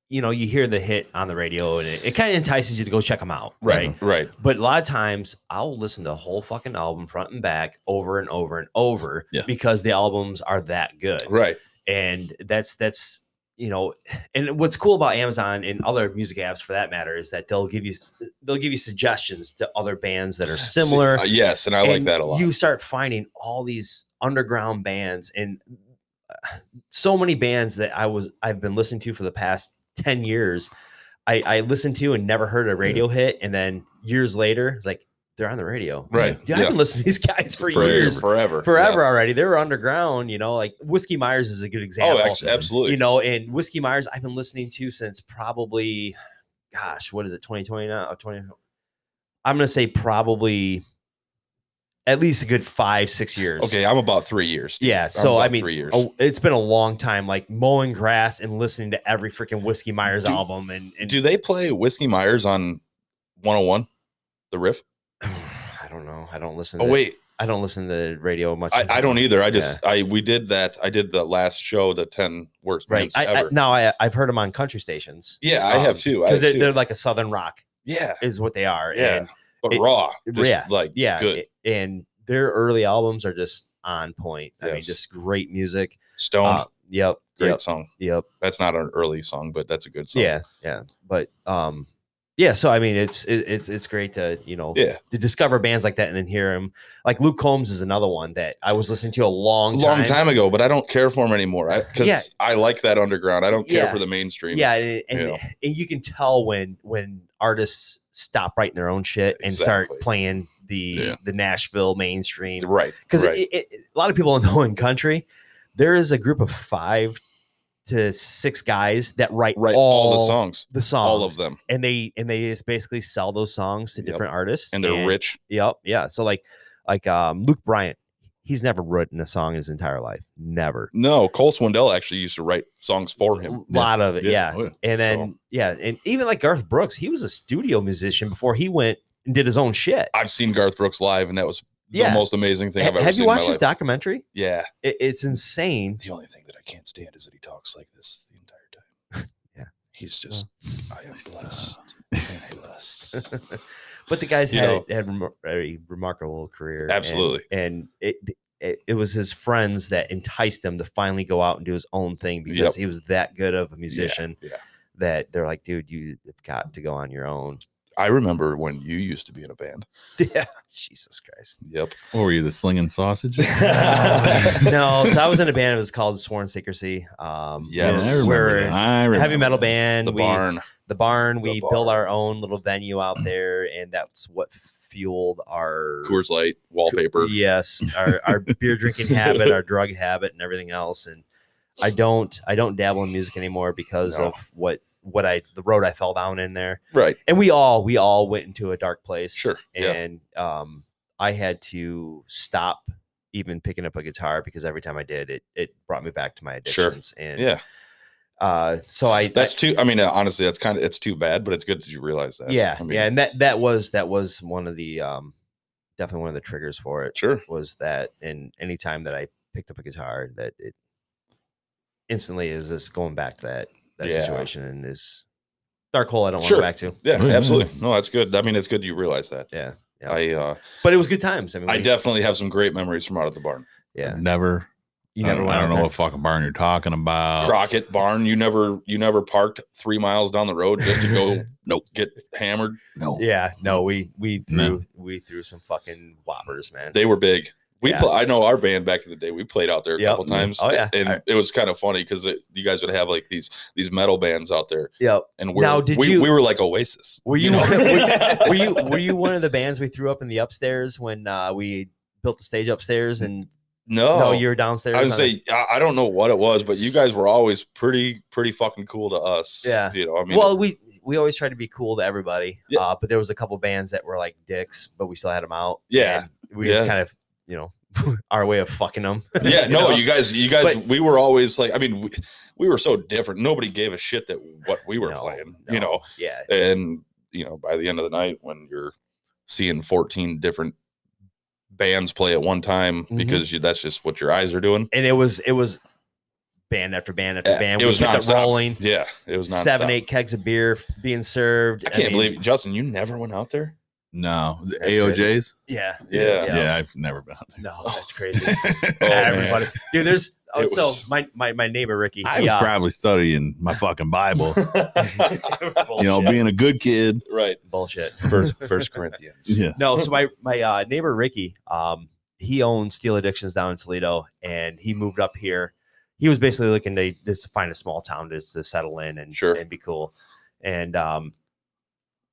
you know you hear the hit on the radio and it, it kind of entices you to go check them out right, right, but a lot of times I'll listen to the whole fucking album front and back over and over and over Yeah. because the albums are that good. right, And that's that's you know, and what's cool about Amazon and other music apps for that matter is that they'll give you they'll give you suggestions to other bands that are See, similar. uh, yes, and I like And that a lot. You start finding all these underground bands and uh, so many bands that I was I've been listening to for the past 10 years. I, I listened to and never Mm-hmm. heard a radio hit. And then years later, it's like they're on the radio. right, Dude, I've been listening to these guys for years. forever, Forever already. They were underground, you know, like Whiskey Myers is a good Yeah. Oh, example. actually, absolutely. You know, and Whiskey Myers, I've been listening to since probably, gosh, what is it, 2020 now? 20, I'm going to say probably at least a good five, six years. Okay, I'm about three years. dude. Yeah. I'm So I about mean, three years. a- it's been a long time, like mowing grass and listening to every freaking Whiskey Myers Do- album, and, and Do they play Whiskey Myers on 101, the riff? I don't know. I don't listen. Oh to- wait, I don't listen to radio much. I, I don't either. I just I we did that. I did the last show, the 10 worst right. bands I, I, ever. now I I've heard them on country stations yeah, I have too. I because have they're, too. they're like a southern rock yeah, is what they are. yeah, And but it- raw, just yeah, like yeah. good. a- And their early albums are just on point. I mean, Yes. just great music. Stoned, Uh, yep. great Yep. song. Yep. That's not an early song, but that's a good song. Yeah, yeah, but um, yeah. So I mean, it's it, it's it's great to you know yeah, to discover bands like that and then hear them. Like Luke Combs is another one that I was listening to a long time. long time ago, but I don't care for them anymore. I because Yeah. I like that underground. I don't care Yeah. for the mainstream. Yeah, and, and, Yeah. and you can tell when when artists stop writing their own shit and Exactly. start playing the Yeah. the Nashville mainstream right. because right. a lot of people know in country there is a group of five to six guys that write, right, all, all, the songs, the songs all of them, and they and they just basically sell those songs to Yep. different artists and they're rich. yep yeah so like like um luke bryant he's never written a song in his entire life never No, Cole Swindell actually used to write songs for a him. lot of it yeah, Oh, and then So- yeah and even like garth brooks he was a studio musician before he went and did his own shit I've seen Garth Brooks live, and that was Yeah. the most amazing thing Ha- I've ever have seen. you in my watched his life. documentary Yeah. It- it's insane The only thing that I can't stand is that he talks like this the entire time. Yeah. He's just, I am He's, uh, blessed. I am blessed. but the guy's You had, know- had remar- a remarkable career and- Absolutely. and, it, it it was his friends that enticed him to finally go out and do his own thing because Yep. he was that good of a musician yeah. that they're like dude you've got to go on your own I remember when you used to be in a band. yeah jesus christ Yep. What were you, the slinging sausages? no so i was in a band it was called sworn secrecy um Yes. I we remember. we're that. I a remember heavy metal that. band The we, barn. the barn The we barn. built our own little venue out there and that's what fueled our Coors Light, wallpaper. Yes, our, our beer drinking habit, our drug habit, and everything else. And I don't I don't dabble in music anymore because No. of what what I the road I fell down in there. Right. And we all we all went into a dark place. Sure. Yeah. And um, I had to stop even picking up a guitar because every time I did, it it brought me back to my Sure. addictions. And Yeah. uh, so I That's I- too, I mean, uh, honestly, that's kind of, it's too bad, but it's good that you realize that. yeah I mean, yeah, and that that was that was one of the um definitely one of the triggers for it. Sure. was that and anytime that I picked up a guitar that it instantly is just going back to that that Yeah. situation and this dark hole I don't Sure. want to go back to. Yeah. Oh, yeah. Absolutely. No, that's good. I mean, it's good you realize that. Yeah. Mm-hmm. Yeah. I, uh, But it was good times. I mean I we- definitely have some great memories from out at the barn. yeah. Never. You I never don't, I went out don't know there. what fucking barn you're talking Uh, about. Crockett barn. You never you never parked three miles down the road just to go Nope. get hammered. No. Yeah, no, we we threw No. we threw some fucking whoppers, man. They were big. We Yeah. pl- I know our band back in the day. We played out there a Yep. couple times. Oh, yeah. and I- it was kind of funny because you guys would have like these these metal bands out there, yep. and we're, Now, did we you- we were like Oasis. Were you, know? were you were you one of the bands we threw up in the upstairs when uh, we built the stage upstairs and no, no you were downstairs? Oh. I would on the- say I, I don't know what it was, but you guys were always pretty pretty fucking cool to us. Yeah. you know. I mean, well, we we always try to be cool to everybody. Yeah. Uh, but there was a couple bands that were like dicks, but we still had them out. Yeah. and we just Yeah. kind of you know our way of fucking them. yeah, no, know? you guys, you guys, But- we were always like, I mean, we, we were so different. Nobody gave a shit that what we were No, playing, no. you know. yeah, and you know by the end of the night when you're seeing 14 different bands play at one time Mhm. because you, that's just what your eyes are doing and it was it was band after band after Yeah, band. it was kept nonstop. rolling. yeah it was not Seven eight kegs of beer being served. i can't mean, believe justin you never went out there No. The That's AOJs? Yeah, Yeah. Yeah. I've never been out there. No, that's crazy. Oh, man. Everybody, dude. There's oh, It so was- my, my my neighbor Ricky. I was yeah, probably studying my fucking Bible. you know, Bullshit. being a good kid. right bullshit. first first corinthians Yeah. no so my my uh, neighbor ricky um he owns steel addictions down in toledo and he moved up here he was basically looking to just find a small town to, to settle in and Sure. and be cool and um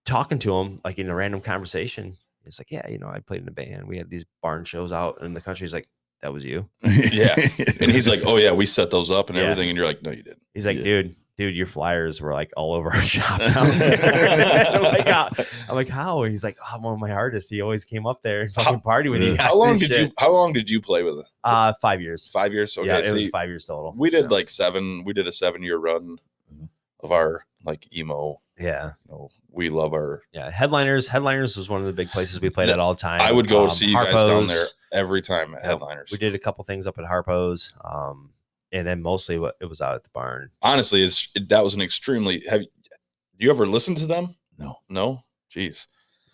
talking to him like in a random conversation it's like yeah you know i played in a band we had these barn shows out in the country he's like that was you Yeah. and he's like oh yeah we set those up and Yeah. everything and you're like no you didn't he's like Yeah. dude dude, your flyers were like all over our shop down there. like, uh, I'm like, how? And he's like, oh, one of my artists. He always came up there and fucking How- party with you. Ugh. Guys How long and did shit. you? How long did you play with it? Uh, five years. Five years. Okay, yeah, it so was you- five years total. we did Yeah. Mm-hmm. like seven. We did a seven-year run Mhm. of our like emo. yeah, You know, we love our. yeah. Headliners, headliners was one of the big places we played The- at all the time. I would go Um, see you guys down Harpo's. there every time at Yeah, headliners. We did a couple things up at Harpo's, um, and then mostly what it was out at the barn. Honestly, it's it, that was an extremely. Have you ever listened to them? No. No. Jeez.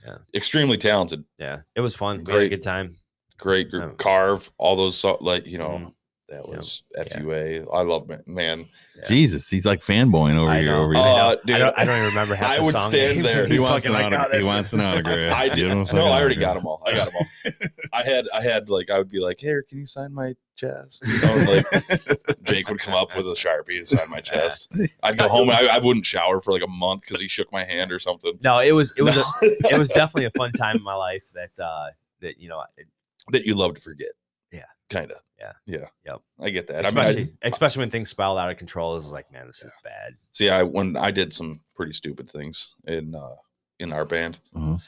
Yeah. Extremely talented. Yeah, it was fun. We had Great. a good time. Great group. Yeah. Carve all those so, like you know. Mhm. That Yeah. was Yeah. FUA. I love it, man. Yeah. Oh, Jesus, he's like fanboying over I here. know, Over I here. know. Uh, dude, I, don't, I don't even remember half I the would song stand names, there. and he he's wants an fucking like, autograph. "Oh, he this- wants an autograph. I Give did. him a No, fucking I already autograph. got them all. I got them all. I had, I had like, I would be like, "Here, can you sign my chest?" You know, and, like Jake would come up with a sharpie to sign my chest. I'd go home and I, I wouldn't shower for like a month because he shook my hand or something. No, it was it was No. a, it was definitely a fun time in my life that uh that you know it- that you love to forget. Yeah. kind of. Yeah. yeah, Yep. I get that. I mean, I- especially especially when things spiral out of control is like man this is bad. see, I when I did some pretty stupid things in uh in our band. Mhm.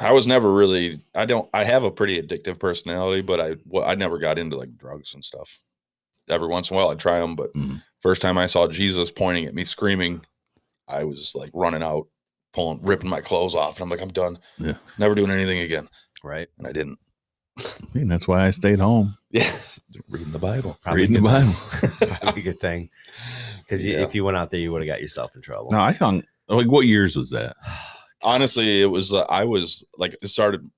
I was never really. I don't. I have a pretty addictive personality, but I wa- I never got into like drugs and stuff. Every once in a while, I'd try them, but Mhm. first time I saw Jesus pointing at me, screaming, I was like running out, pulling, ripping my clothes off, and I'm like, I'm done. Yeah. never doing anything again, Right. and I didn't. And that's why I stayed home Yeah, reading the Bible. reading the Bible. Probably a good thing. Because Yeah. if you went out there, you would have got yourself in trouble. No, I hung. Like, what years was that? honestly it was uh, i was like it started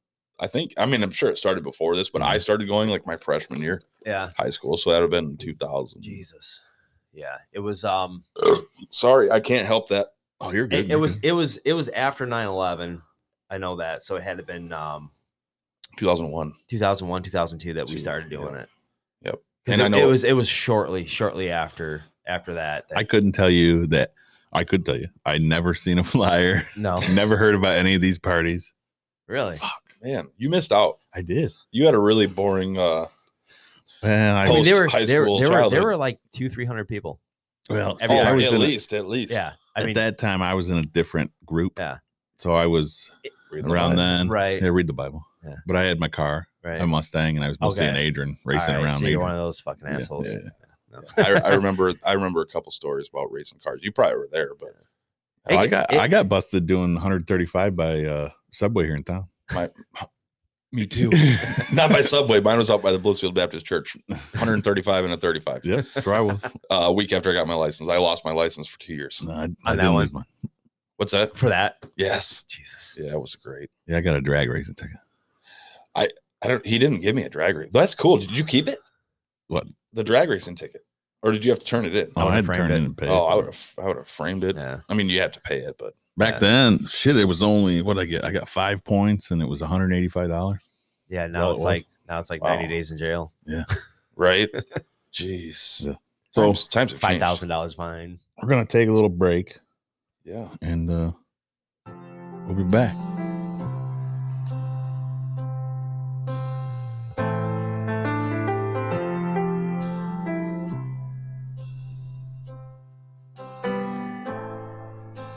i think i mean i'm sure it started before this but i started going like my freshman year Yeah. high school so that would have been 2000 Jesus. Yeah. It was um sorry i can't help that oh you're good it, it was it was it was after 9-11. I know that. So it had to been um 2001 two thousand one, two thousand two that we Two, started doing yeah. it. Yep. Because And I it, know- it was it was shortly, shortly after after that. that I couldn't tell you that. I could tell you. I never seen a flyer. no. never heard about any of these parties. Really? man you missed out I did. you had a really boring uh Well, I I mean, was, they were Post-high they were school there were childhood. there were like two three hundred people. well, see, every- I oh, was at in a- least at least Yeah, I at mean, that time I was in a different group. Yeah. So I was Reading the around Bible. then. Right. Yeah, read the Bible. Yeah. But I had my car, right? a Mustang, and I was mostly Okay. an Adrian racing Alright, around. So Adrian. you're one of those fucking Yeah, assholes. yeah, No. I, I remember i remember a couple stories about racing cars you probably were there but It- Oh, I got it- I got busted doing 135 by uh, Subway here in town. me too not by subway mine was out by the bluesfield baptist church 135 and a 35 Yeah, that's where I was. uh, a week after I got my license. I lost my license for two years. No, I, I that didn't one. lose mine. What's that? For that, Yes. Jesus. Yeah, it was great. Yeah, I got a drag racing ticket. I don't. He didn't give me a drag race. That's cool. Did you keep it? What? The drag racing ticket, or did you have to turn it in? I Oh, would've I had to framed turn it. it in and pay. oh, I for would it. have. I would have framed it. Yeah. I mean, you had to pay it, but Back Yeah. then, shit, it was only what I get. I got five points, and it was 185 dollars. Yeah. Now all it it's was. like now it's like ninety Wow. days in jail, right? Jeez. Yeah. So- So times, times have five changed. thousand dollars fine. We're gonna take a little break, Yeah. and uh, we'll be back.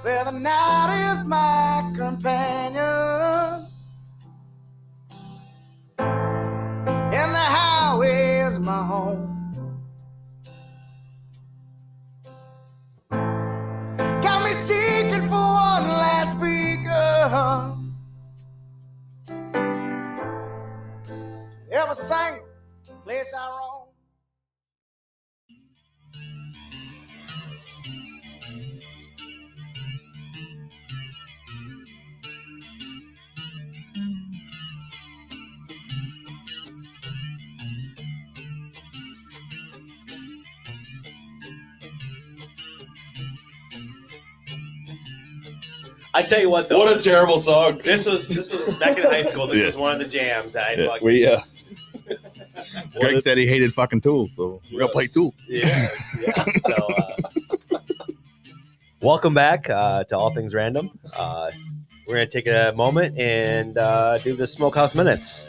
Well, the night is my companion, and the highway is my home. Got me seeking for one last beacon. Ever single place I roam. I tell you what, What a terrible song. this was this was back in high school. this Yeah. was one of the jams that I We uh, Greg said he hated fucking Tool, so we're gonna play Tool. yeah, So, uh, welcome back uh, to All Things Random. Uh, we're gonna take a moment and uh, do the Smokehouse Minutes.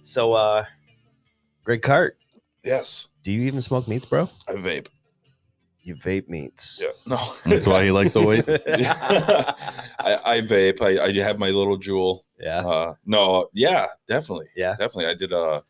So, uh, Greg Cart, yes, do you even smoke meats, bro? I vape. You vape meats. Yeah, no. That's why he likes Oasis. I, I vape. I, I have my little jewel. Yeah. Uh, no, yeah, definitely. Yeah. definitely. I did a,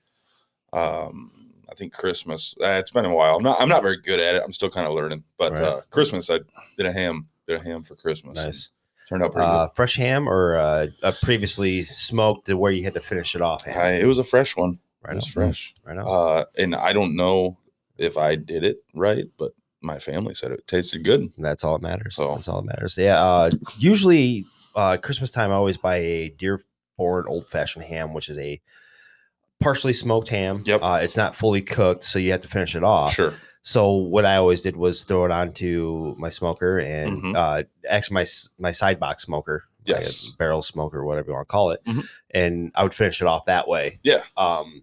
um, I think Christmas. Uh, it's been a while. I'm not. I'm not very good at it. I'm still kind of learning. But Right. uh, Christmas, I did a ham. Did a ham for Christmas. Nice. Turned out pretty Uh, fresh ham or uh, a previously smoked to where you had to finish it off good. ham. I, it was a fresh one. right it on. was fresh. Right on. Uh, and I don't know if I did it right, but my family said it tasted good. And that's all that matters. So- That's all that matters. Yeah. Uh, usually, uh, Christmas time, I always buy a Deerborn old fashioned ham, which is a partially smoked ham. Yep. Uh, it's not fully cooked, so you have to finish it off. Sure. So what I always did was throw it onto my smoker and Mhm. uh, actually my s- my side box smoker, like a Yes. barrel smoker, whatever you want to call it, Mhm. and I would finish it off that way. Yeah. Um,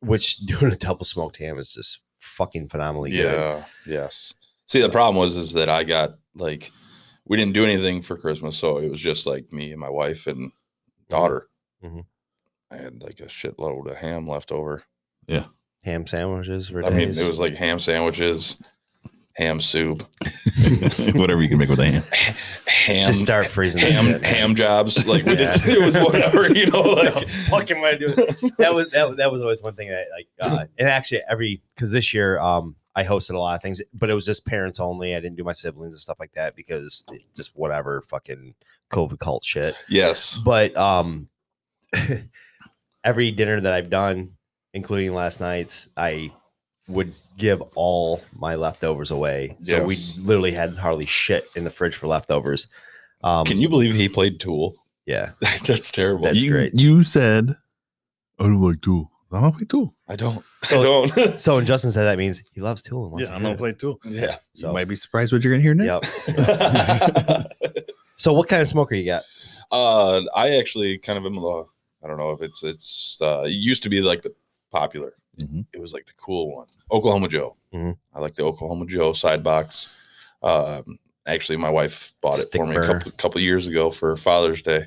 which doing a double smoked ham is just fucking phenomenally good. Yeah. Yes. See, the problem was is that I got like we didn't do anything for Christmas, so it was just like me and my wife and Mm-hmm. daughter. Mhm. I had like a shitload of ham left over. Ham sandwiches for I mean, days. it was like ham sandwiches, ham soup, Whatever you can make with a hand. ham just start freezing that ham shit. ham jobs. Like we Yeah. just it was whatever, you know. Like fucking way to do it. that was that, that was always one thing that like uh, and actually every because this year um I hosted a lot of things, but it was just parents only. I didn't do my siblings and stuff like that because just whatever fucking COVID cult shit. Yes. But um every dinner that I've done, including last night's, I would give all my leftovers away. So Yes. we literally had hardly shit in the fridge for leftovers. Um Can you believe he played Tool? yeah. That's terrible. That's you, great. You said, I don't like Tool. I'm gonna play Tool. I don't. So- I don't. So when Justin said that means he loves Tool and wants to hear it. Tool. yeah. So- You might be surprised what you're gonna hear next. Yep. So what kind of smoker you got? Uh, I actually kind of am. Uh, I don't know if it's it's. Uh, it used to be like the popular. Mm-hmm. Mhm. It was like the cool one, Oklahoma Joe. Mhm. I like the Oklahoma Joe side box. Um, actually, my wife bought it Stick for me burner. a couple couple years ago for Father's Day.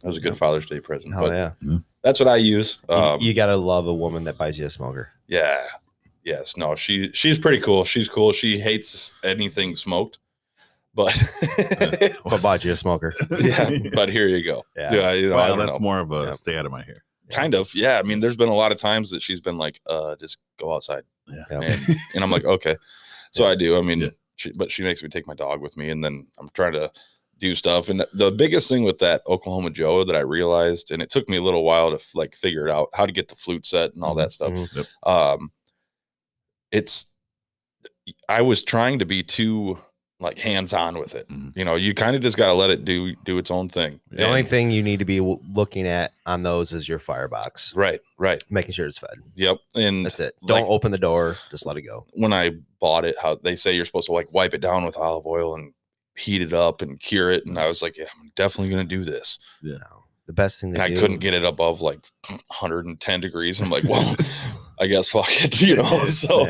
That was a good Yep. Father's Day present, Oh but yeah, that's what I use. You- Um, you, gotta love a woman that buys you a smoker. yeah, yes, no, she she's pretty cool. She's cool. She hates anything smoked, but But bought you a smoker. yeah, but here you go. Yeah. Yeah, you know, I Well, don't that's know. more of a Yeah. stay out of my hair. Yeah. kind of yeah i mean there's been a lot of times that she's been like uh just go outside Yeah. Yeah. and, and i'm like okay so i do i mean Yeah. she, but she makes me take my dog with me and then i'm trying to do stuff and th- the biggest thing with that oklahoma joe that i realized and it took me a little while to f- like figure it out how to get the flute set and all that stuff Mhm. Yep. um it's i was trying to be too like hands-on with it Mhm. you know you kind of just got to let it do do its own thing Mm-hmm. The only thing you need to be w- looking at on those is your firebox, right right making sure it's fed. yep and That's it. Like- Don't open the door. Just let it go. when I bought it, how they say you're supposed to like wipe it down with olive oil and heat it up and cure it. And I was like, yeah, I'm definitely going to do this. No. The best thing And to I do. couldn't get it above like 110 degrees. I'm like, well, I guess fuck it, you know? So,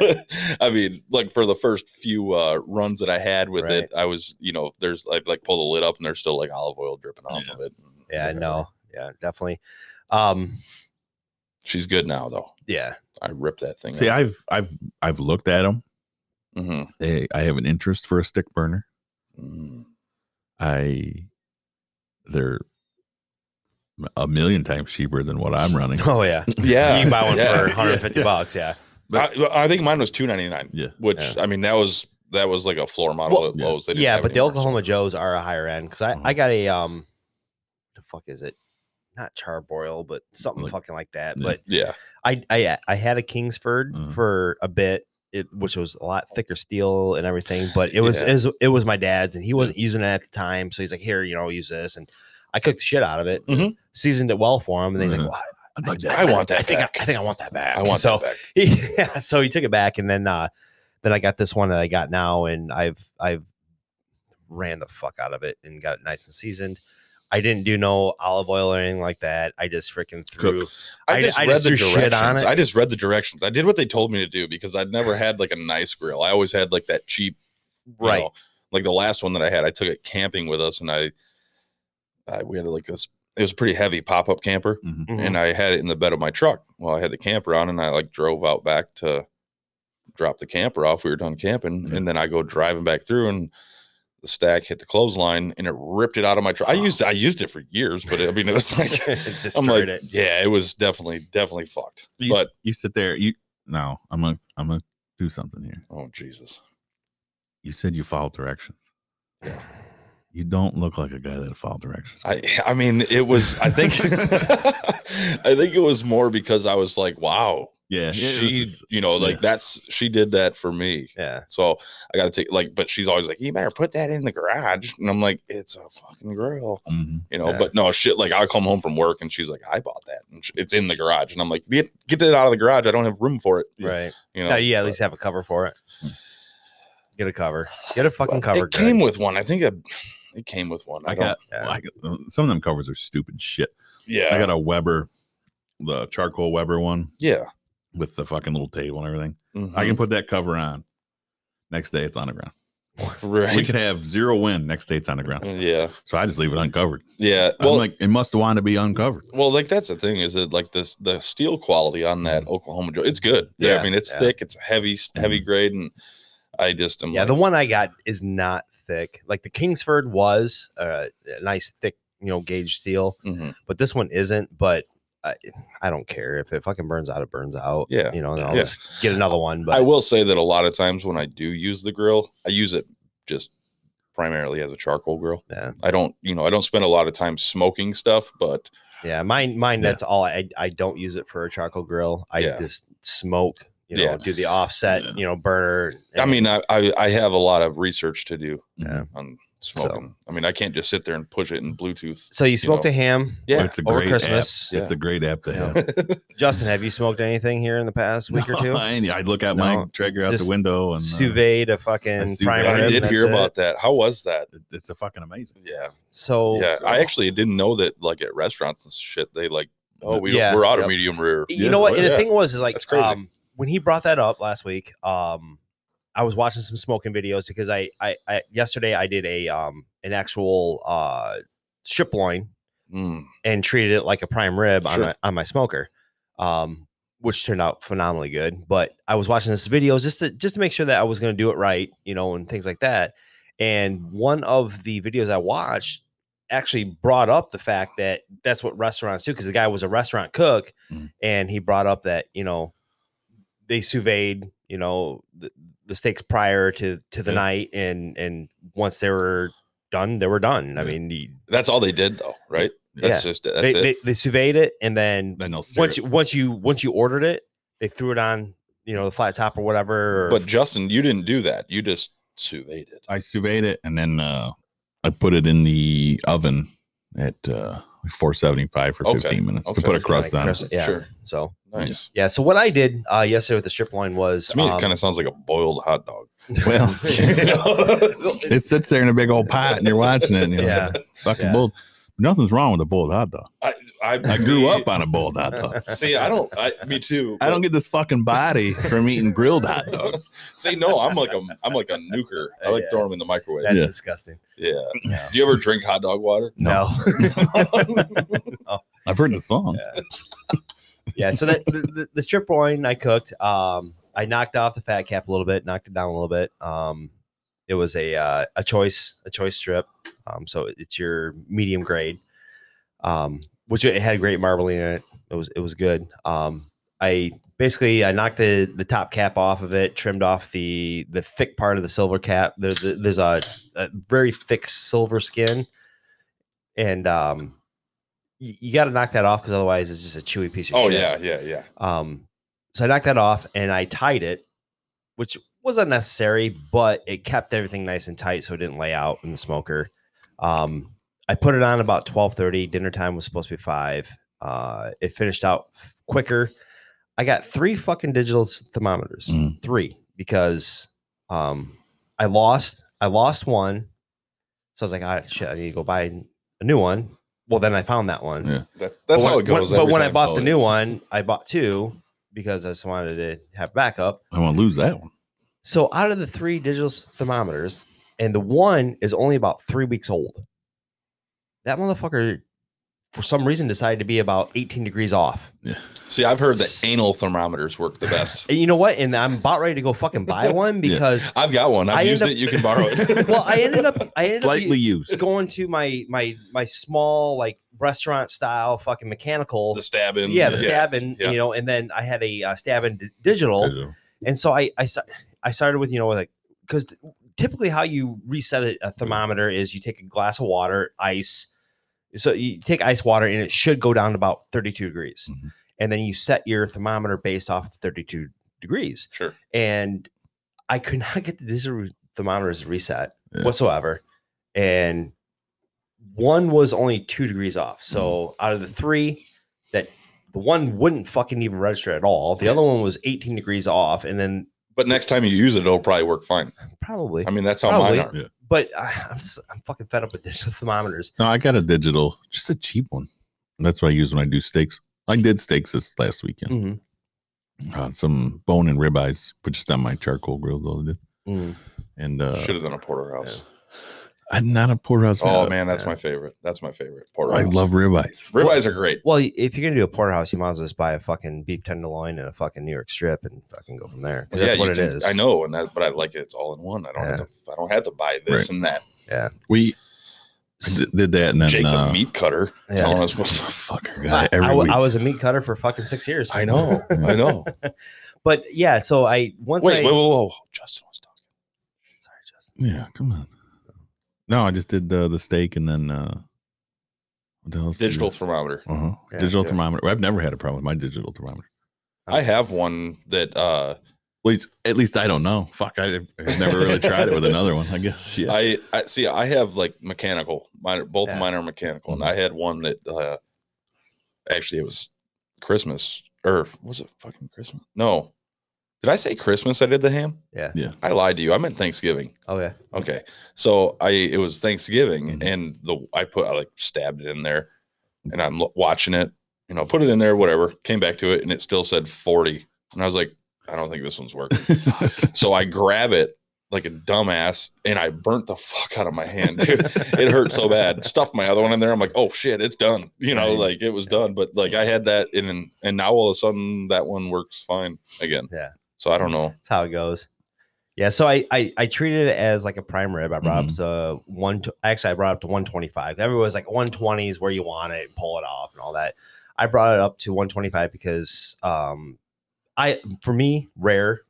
I mean, like for the first few uh, runs that I had with it, I was, you know, there's like, like pull the lid up and there's still like olive oil dripping off of it. Yeah, Whatever. no. Yeah, definitely. Um, She's good now though. yeah. I ripped that thing. See, I've I've I've looked at them. hmm They, I have an interest for a stick burner. Mm. I they're a million times cheaper than what I'm running. Oh yeah. Yeah. you can buy one yeah. for 150 bucks. Yeah. But- I, I think mine was two ninety nine. Yeah. which Yeah. I mean that was that was like a floor model Well, at yeah. Lowe's. They didn't yeah, have but the anymore, so- Oklahoma Joes are a higher end because I, I Mm-hmm. Mhm. got a um, the fuck is it? Not charbroil, but something Like- fucking like that. Yeah. But Yeah, I I I had a Kingsford Mhm. Mm. for a bit, it, which was a lot thicker steel and everything. But it was Yeah. it was, it was my dad's, and he wasn't using it at the time, so he's like, "Here, you know, use this." And I cooked the shit out of it, Mhm. seasoned it well for him, and he's like, Mhm. well, I'd like Mm-hmm. I want that I think I, back. I think I want that back. I want so that back. he, yeah, so he took it back, and then uh, then I got this one that I got now, and I've I've ran the fuck out of it and got it nice and seasoned. I didn't do no olive oil or anything like that. I just freaking threw. I I- just I read just the threw shit on directions. it. I just read the directions. I did what they told me to do because I'd never had like a nice grill. I always had like that cheap, you Right. know, like the last one that I had, I took it camping with us, and I, I we had like this. It was a pretty heavy pop up camper, Mm-hmm. Mhm. Mm. and I had it in the bed of my truck. Well, I had the camper on, and I like drove out back to dropped the camper off. We were done camping, and then I go driving back through, and the stack hit the clothesline, and it ripped it out of my truck. I used I used it for years, but I mean, it was like destroyed I'm like, it. yeah, it was definitely definitely fucked. You, But you sit there. You no, I'm gonna I'm gonna do something here. oh Jesus, You said you follow directions. You don't look like a guy that follow directions. I I mean, it was. I think I think it was more because I was like, wow, yeah, it was she, just- you know, like yeah. that's she did that for me. Yeah. So I got to take like, but she's always like, you better put that in the garage, and I'm like, it's a fucking grill. Mhm. you know. Yeah. But no shit. Like I come home from work and she's like, "I bought that. And sh- it's in the garage." And I'm like, "Get get that out of the garage. I don't have room for it." Right. You Yeah. know. you at but- Hmm. least have a cover for it. Get a cover. Get a fucking Well, cover. It came with one. I think a, it came with one. I, I got. got, yeah. I got some of them covers are stupid shit. yeah. I got a Weber, the charcoal Weber one yeah. with the fucking little table and everything. I Mhm. can put that cover on. Next day it's on the ground. We right. Uh, could have zero wind. Next day it's on the ground. Yeah. So I just leave it Mm-hmm. uncovered. Yeah. I'm Well, like, it must want to be uncovered. well, like that's the thing is that like this the steel quality on that Oklahoma drill, it's good. Yeah. Mm-hmm. Yeah, I mean, it's yeah. Mm-hmm. thick. It's heavy, heavy grade, and I just am. yeah. like, The one I got is not thick. Like the Kingsford was uh, a nice thick, you know, gauge steel, mhm. but this one isn't. But I, I don't care if it fucking burns out. It burns out. Yeah. You know, and I'll Yeah. just get another one. But I will say that a lot of times when I do use the grill, I use it just primarily as a charcoal grill. yeah, I don't, you know, I don't spend a lot of time smoking stuff, but yeah. Mine, mine. Yeah. That's all. I I don't use it for a charcoal grill. I Yeah. just smoke. You know, Yeah. do the offset. Yeah. You know, burner. I mean, I, I, I have a lot of research to do Yeah. on smoking. I mean, I can't just sit there and push it in Bluetooth. so you smoked know. a ham Yeah. It's a over great Christmas. app. It's a great app to have. Justin, have you smoked anything here in the past week or two? I, I look out my No, Traeger out the just window and uh, sous vide a fucking sous prime vide. I rib, did that's hear it. about that. How was that? it- it's a fucking amazing. Yeah. So yeah. I actually didn't know that like at restaurants and shit, they like, oh, we, Yeah, we're out of yep. medium rare. you Yeah, know what? And the yeah. thing was is like That's crazy. um when he brought that up last week, um I was watching some smoking videos because I I, I yesterday I did a um an actual uh strip loin Mm, and treated it like a prime rib on Sure. my on my smoker. Um which turned out phenomenally good. But I was watching this videos just to just to make sure that I was gonna do it right, you know, and things like that. And one of the videos I watched actually brought up the fact that that's what restaurants do because the guy was a restaurant cook Mm. and he brought up that, you know, they sous vide, you know, the, the steaks prior to to the Yeah. night and and once they were done, they were done. I Yeah. mean, you- that's all they did though, right? That's just, that's they, it. they they sous vide it and then Then they'll once you once you once you ordered it, they threw it on you know the flat top or whatever. Or, but Justin, you didn't do that. You just sous vide it. I sous vide it and then uh, I put it in the oven at uh, 475 for Okay. 15 minutes Okay. to put a It's kinda like crust on it. crust- yeah. Sure. So Nice. yeah, so what I did uh, yesterday with the strip line was To me, um, it kind of sounds like a boiled hot dog. Well, You know? it sits there in a big old pot and you're watching it. And you're yeah, like, it's fucking yeah. boiled. Nothing's wrong with a boiled hot dog. I, I grew up on a boiled hot dog. See, I don't. I, me too. I don't get this fucking body from eating grilled hot dogs. See, no, I'm like a, I'm like a nuker. I like Yeah. throwing them in the microwave. that's Yeah. Yeah. disgusting. Do you ever drink hot dog water? No. I've heard the song. Yeah. yeah. So that the, the, the strip loin I cooked, um, I knocked off the fat cap a little bit, knocked it down a little bit. Um, it was a uh, a choice a choice strip, um, so it- it's your medium grade, um, which it had great marbling in it. It was it was good. Um, I basically I knocked the the top cap off of it, trimmed off the the thick part of the silver cap. There's there's a, a very thick silver skin, and um, you, you got to knock that off because otherwise it's just a chewy piece of Oh shit. yeah, yeah, yeah. Um, so I knocked that off and I tied it, which was unnecessary, but it kept everything nice and tight so it didn't lay out in the smoker. Um, I put it on about twelve thirty. Dinner time was supposed to be five. Uh, it finished out quicker. I got three fucking digital s- thermometers, Mm. three because um, I lost. I lost one, so I was like, "Ah, shit! I need to go buy a new one." Well, then I found that one. Yeah. That, But that's how when- it when- goes. but every when I time. bought the Oh, new yeah. one, I bought two because I just wanted to have backup. I want to lose that one. So out of the three digital s- thermometers, and the one is only about three weeks old. That motherfucker for some reason decided to be about 18 degrees off. See, I've heard that S- anal thermometers work the best. And you know what? And I'm about ready to go fucking buy one because I've got one. I've I end used up- it. You can borrow it. well, I ended up I ended up Slightly u- used. going to my my my small like restaurant style fucking mechanical. the stab in. yeah, the stab and yeah. you know, and then I had a uh, stab in d- digital. Digital. And so I I, sta- I started with you know like because typically how you reset a, a thermometer is you take a glass of water, ice. So you take ice water and it should go down to about 32 degrees, Mhm. and then you set your thermometer based off of 32 degrees. Sure. And I could not get the digital thermometers to reset Yeah. whatsoever, and one was only two degrees off. Mm. So out of the three, the one wouldn't fucking even register at all. The other one was 18 degrees off, and then But next time you use it, it'll probably work fine. probably. I mean, that's how Probably. mine are. But I, I'm s- I'm fucking fed up with digital thermometers. No, I got a digital, just a cheap one. That's what I use when I do steaks. I did steaks this last weekend. Mhm. Mm-hmm, Uh, some bone and ribeyes, but just on my charcoal grill though. I did. mm-hmm. Mm. And uh, Should have done a porterhouse. I'm not a porterhouse. Oh fan. man, that's my favorite. That's my favorite I porterhouse. love ribeyes. ribeyes are great. Well, y- if you're gonna do a porterhouse, you might as well just buy a fucking beef tenderloin and a fucking New York strip and fucking go from there. 'cause that's you what it is. can- I know, and that, but I like it. It's all in one. I don't have to. I don't have to buy this Right. and that. We I did- did that and then Jake uh, the meat cutter. Yeah. Telling us what the Fucker, I, got it I every w- week. I was a meat cutter for fucking six years. I know. I know. But yeah, so I once wait, I wait, whoa, whoa, whoa. Justin was talking. sorry, Justin. yeah, come on. No, I just did the the steak and then uh, what else? did Digital I- thermometer. Uh-huh. Yeah, digital yeah. thermometer. I've never had a problem with my digital thermometer. I have one that uh, At least, at least I don't know. Fuck, I, I've never really tried it with another one. I guess. Shit. I, I see. I have like mechanical. Mine, both Yeah. Mm-hmm. of mine are mechanical, and I had one that uh, actually it was Christmas or was it fucking Christmas? No, did I say Christmas? I did the ham. Yeah. Yeah. I lied to you. I meant Thanksgiving. Oh yeah. Okay. So I it was Thanksgiving Mm-hmm. Mhm. and the I put I like stabbed it in there and I'm lo- watching it, you know, put it in there, whatever, came back to it and it still said 40. And I was like, I don't think this one's working. so I grab it like a dumbass and I burnt the fuck out of my hand, dude. it hurt so bad. Stuffed my other one in there. I'm like, oh shit, it's done. You know, Right. like it was done. But like I had that in and and now all of a sudden that one works fine again. Yeah. So I don't know. That's how it goes. Yeah, so I I, I treated it as like a prime rib. I brought up Mm-hmm. to one. tw- Actually, I brought it up to one twenty five. Everyone's like one twenty is where you want it, pull it off, and all that. I brought it up to one twenty five because um, I for me rare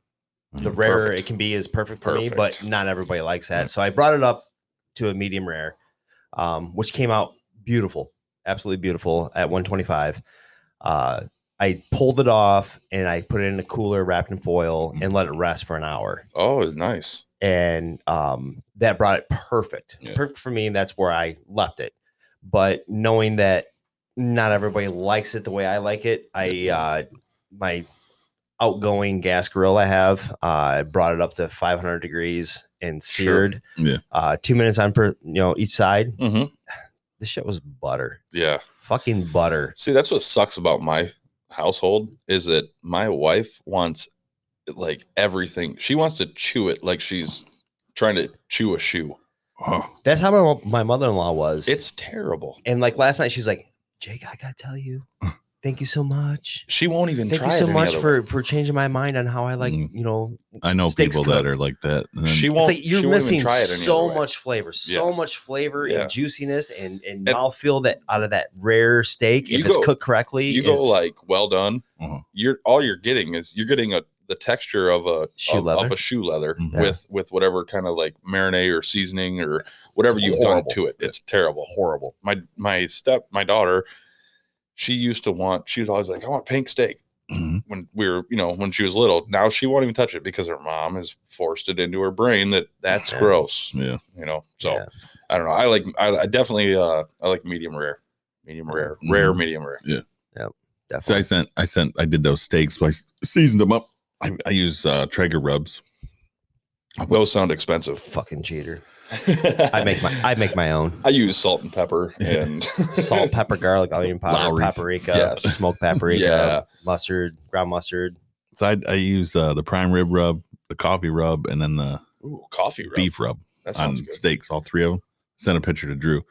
the Mm, rarer Mm-hmm. perfect. it can be is perfect for me, but Perfect. not everybody likes Yeah. that. So I brought it up to a medium rare, um, which came out beautiful, absolutely beautiful at 125. Uh, I pulled it off and I put it in a cooler wrapped in foil and let it rest for an hour. Oh, nice. And um, that brought it perfect, Yeah. perfect for me. And that's where I left it. But knowing that not everybody likes it the way I like it, I, uh, my outgoing gas grill I have. Uh, I brought it up to 500 degrees and Sure. seared. Yeah. Uh, two minutes on per, you know, each side. hmm This shit was butter, Yeah. fucking butter. See, that's what sucks about my household is that my wife wants like everything. She wants to chew it like she's trying to chew a shoe. Oh, That's how my, mo- my mother-in-law was. It's terrible. and like last night, she's like, Jake, I gotta tell you, thank you so much. She won't even Thank try you it so any much other for for changing my mind on how I like, Mm. you know, I know Steaks people that are cooked. like that. and way. then- She it's won't. like you're she won't even missing try it any so other way. much flavor, so much flavor Yeah. and juiciness and and, And- mouthfeel that out of that rare steak, You if it's go- cooked correctly, You go is- like well done. Uh-huh. Mhm. You're all you're getting is you're getting a the texture of a Shoe of, leather? of a shoe leather Mhm. Yeah. with with whatever kind of like marinade or seasoning or whatever you've horrible. done to it. It's terrible. horrible. my my step my daughter she used to want she was always like i want pink steak Mhm. when we were you know when she was little now she won't even touch it because her mom has forced it into her brain that that's Yeah. gross Yeah. you know so Yeah. i don't know i like I, I definitely uh i like medium rare medium rare rare Mm-hmm. Mhm. medium rare So I Definitely. sent, I sent, I did those steaks. So I s- seasoned them up. I, I use uh, Traeger rubs. those sound expensive fucking cheater. I i make my I make my own i use salt and pepper and salt, pepper, garlic, onion powder, Lowry's. paprika, Yes. smoked paprika, Yeah. mustard, ground mustard. So I, I use uh, the prime rib rub, the coffee rub, and then the Ooh, coffee rub. beef rub that sounds on good steaks. All three of them. Sent a picture to Drew.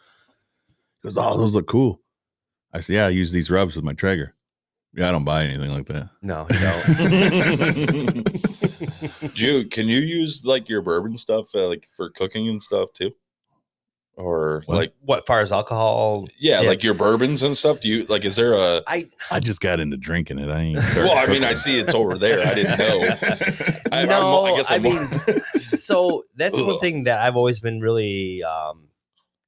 He goes, oh, those look cool. I said, yeah, I use these rubs with my Traeger. Yeah, I don't buy anything like that. No, you don't. Jude, can you use like your bourbon stuff uh, like for cooking and stuff too? Or What? like what far as alcohol? yeah, Yeah. like your bourbons and stuff? Do you like is there a I I just got into drinking it. I ain't. started Well, I mean, cooking I it. see it's over there. I didn't know. I, I'm No, mo- I guess I I'm more- mean- so that's one Ugh. thing that I've always been really um,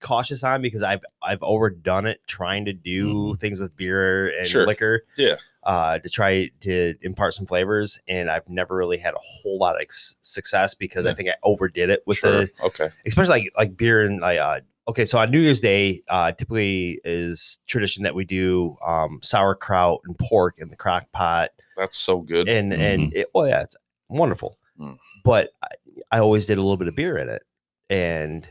cautious on because I've I've overdone it trying to do things with beer and Mm-hmm. Sure. liquor. Yeah. Uh, to try to impart some flavors, and I've never really had a whole lot of ex- success because I Yeah. think I overdid it with sure. the okay. especially like like beer and like uh okay so on new year's day uh typically is tradition that we do um sauerkraut and pork in the crock pot That's so good. and and it, well yeah it's wonderful Mm-hmm. Mm. but I, I always did a little bit of beer in it and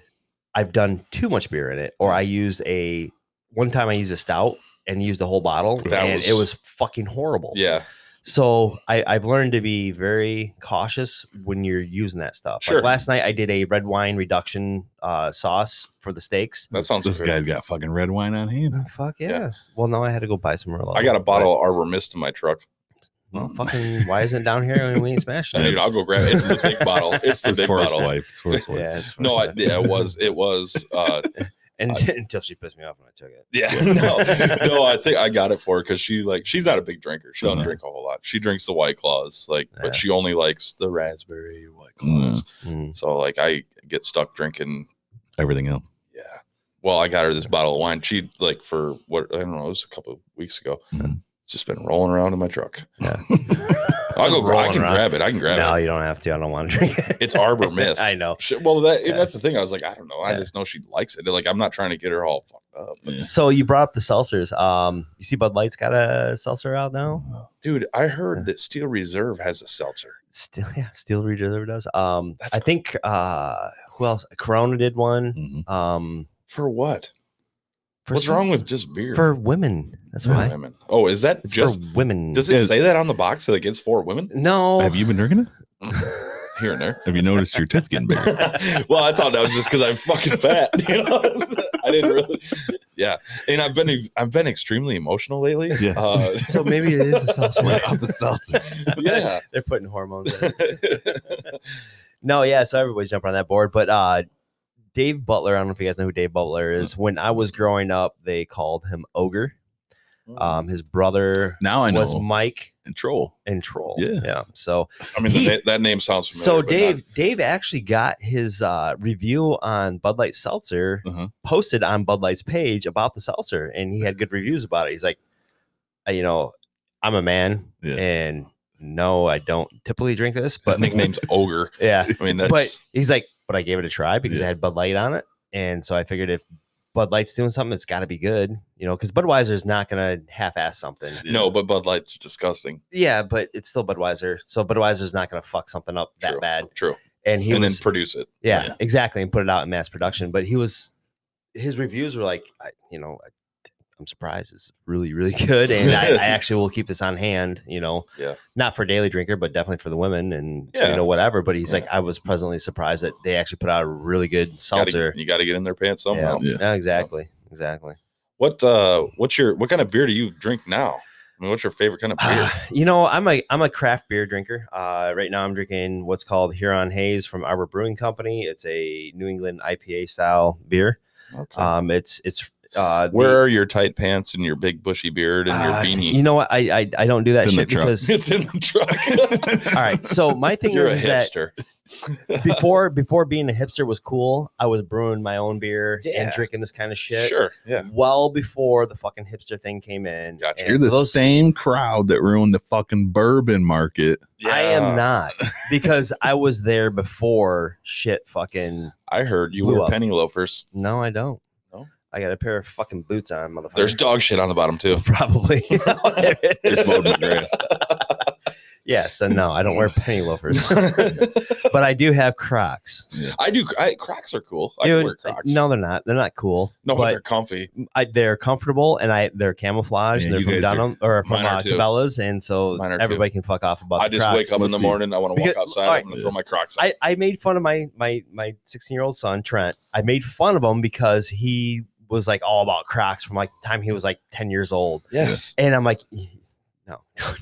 i've done too much beer in it or Mm. i used a one time i used a stout and used the whole bottle That and was- it was fucking horrible yeah. so I, I've learned to be very cautious when you're using that stuff. Sure. Like last night, I did a red wine reduction uh, sauce for the steaks. That sounds This good. guy's got fucking red wine on hand. Oh, fuck yeah. Yeah. Well, no, I had to go buy some Merlot. I got a bottle of Arbor Mist in my truck. Well, fucking, why isn't it down here and we ain't smashing Dude, it? I'll go grab it. It's the big bottle. It's the It's big forest bottle. life. It's forest life. Yeah, it's No, I, fine. yeah, it was. It was. Uh, and I- until she pissed me off when I took it. yeah. No, no, I think I got it for her because she like she's not a big drinker. She doesn't Mhm. drink a whole lot. She drinks the white claws, like, Uh-huh. Yeah. but she only likes the raspberry white claws. Mm. So like, I get stuck drinking Everything else. Yeah. Well, I got her this bottle of wine. She like for what I don't know, it was a couple of weeks ago. Mm-hmm. Mhm. It's just been rolling around in my truck. Yeah. I'll go gra- I Rolling can around. grab it. I can grab No, it. you don't have to. I don't want to drink it. It's Arbor Mist. I know. Shit, well, that Yeah. and that's the thing. I was like, I don't know. I Yeah. just know she likes it. Like, I'm not trying to get her all fucked up. Yeah. So you brought up the seltzers. Um, you see Bud Light's got a seltzer out now? Dude, I heard Yeah. that Steel Reserve has a seltzer. still yeah steel reserve does um That's i cool. think uh who else corona did one Mhm. um For what? for Mm. What's wrong sex- with just beer? for women that's For why women. Oh, is that it's just for women does it Yeah. say that on the box? Like it's for women no Have you been drinking it? here and there. Have you noticed your tits getting bigger? well, I thought that was just because I'm fucking fat. You know? I didn't really. Yeah, and I've been I've been extremely emotional lately. Yeah. uh, so maybe it is a seltzer Let out the seltzer. yeah. they're putting hormones in it. no yeah so everybody's jumping on that board but uh dave butler i don't know if you guys know who dave butler is when i was growing up they called him ogre um his brother Now I know. was mike and troll. and troll Yeah. yeah so I mean, the he- na- that name sounds familiar. So but Dave, not- Dave actually got his uh, review on Bud Light Seltzer Uh-huh. posted on Bud Light's page about the seltzer, and he had good reviews about it. He's like, "Uh, you know, I'm a man, Yeah. and no, I don't typically drink this, but but nickname's Ogre. yeah, I mean, that's but he's like, but I gave it a try because Yeah. I had Bud Light on it, and so I figured if Bud Light's doing something, it's got to be good, you know, because Budweiser is not gonna half-ass something. no, but Bud Light's disgusting. Yeah, but it's still Budweiser, so Budweiser's not gonna fuck something up that True. bad. True, And he and was then produce it. yeah, Yeah. exactly, and put it out in mass production. But he was, his reviews were like, I, you know, I, I'm surprised it's really, really good, and I, I actually will keep this on hand. You know, Yeah. not for daily drinker, but definitely for the women and Yeah. you know whatever. But he's like, I was pleasantly surprised that they actually put out a really good Gotta- seltzer. you got to get in their pants yeah. somehow. Yeah. Yeah, exactly, exactly. What uh, what's your what kind of beer do you drink now? I mean, what's your favorite kind of beer? Ah, you know, I'm a I'm a craft beer drinker. Uh, right now, I'm drinking what's called Huron Haze from Arbor Brewing Company. It's a New England IPA style beer. Okay. Um, it's it's uh, the- Oh. Where are your tight pants and your big bushy beard and your Ah, beanie? You know what? I I, I don't do that It's in the shit truck. because it's in the truck. all right. So my thing You're is, is a that hipster. before before being a hipster was cool, I was brewing my own beer Yeah. and drinking this kind of shit. Sure. Yeah. Well before the fucking hipster thing came in. Gotcha. And You're the so those- same crowd that ruined the fucking bourbon market. I am not because I was there before shit fucking I heard you Blew wear up. penny loafers. no, I don't. No? I got a pair of fucking boots on, motherfucker. There's dog shit on the bottom too. probably There it is. Just mowed my grass. yes, and no, I don't wear penny loafers. but I do have Crocs. I do. I, Crocs are cool. I can Dude, wear Crocs. No, they're not. They're not cool. no, but, but they're comfy. I, they're comfortable and I they're camouflage. Yeah, they're you from guys are- Dunham or from mine are uh, too. Cabela's, and so Mine are too. everybody can fuck off about. I the just Crocs. wake up in must the be- morning. I want to walk Because- outside. alright. I'm gonna throw my Crocs. on. I, I made fun of my my my 16 year old son Trent. I made fun of him because he was like all about Crocs from like the time he was like 10 years old. Yes. And I'm like, no,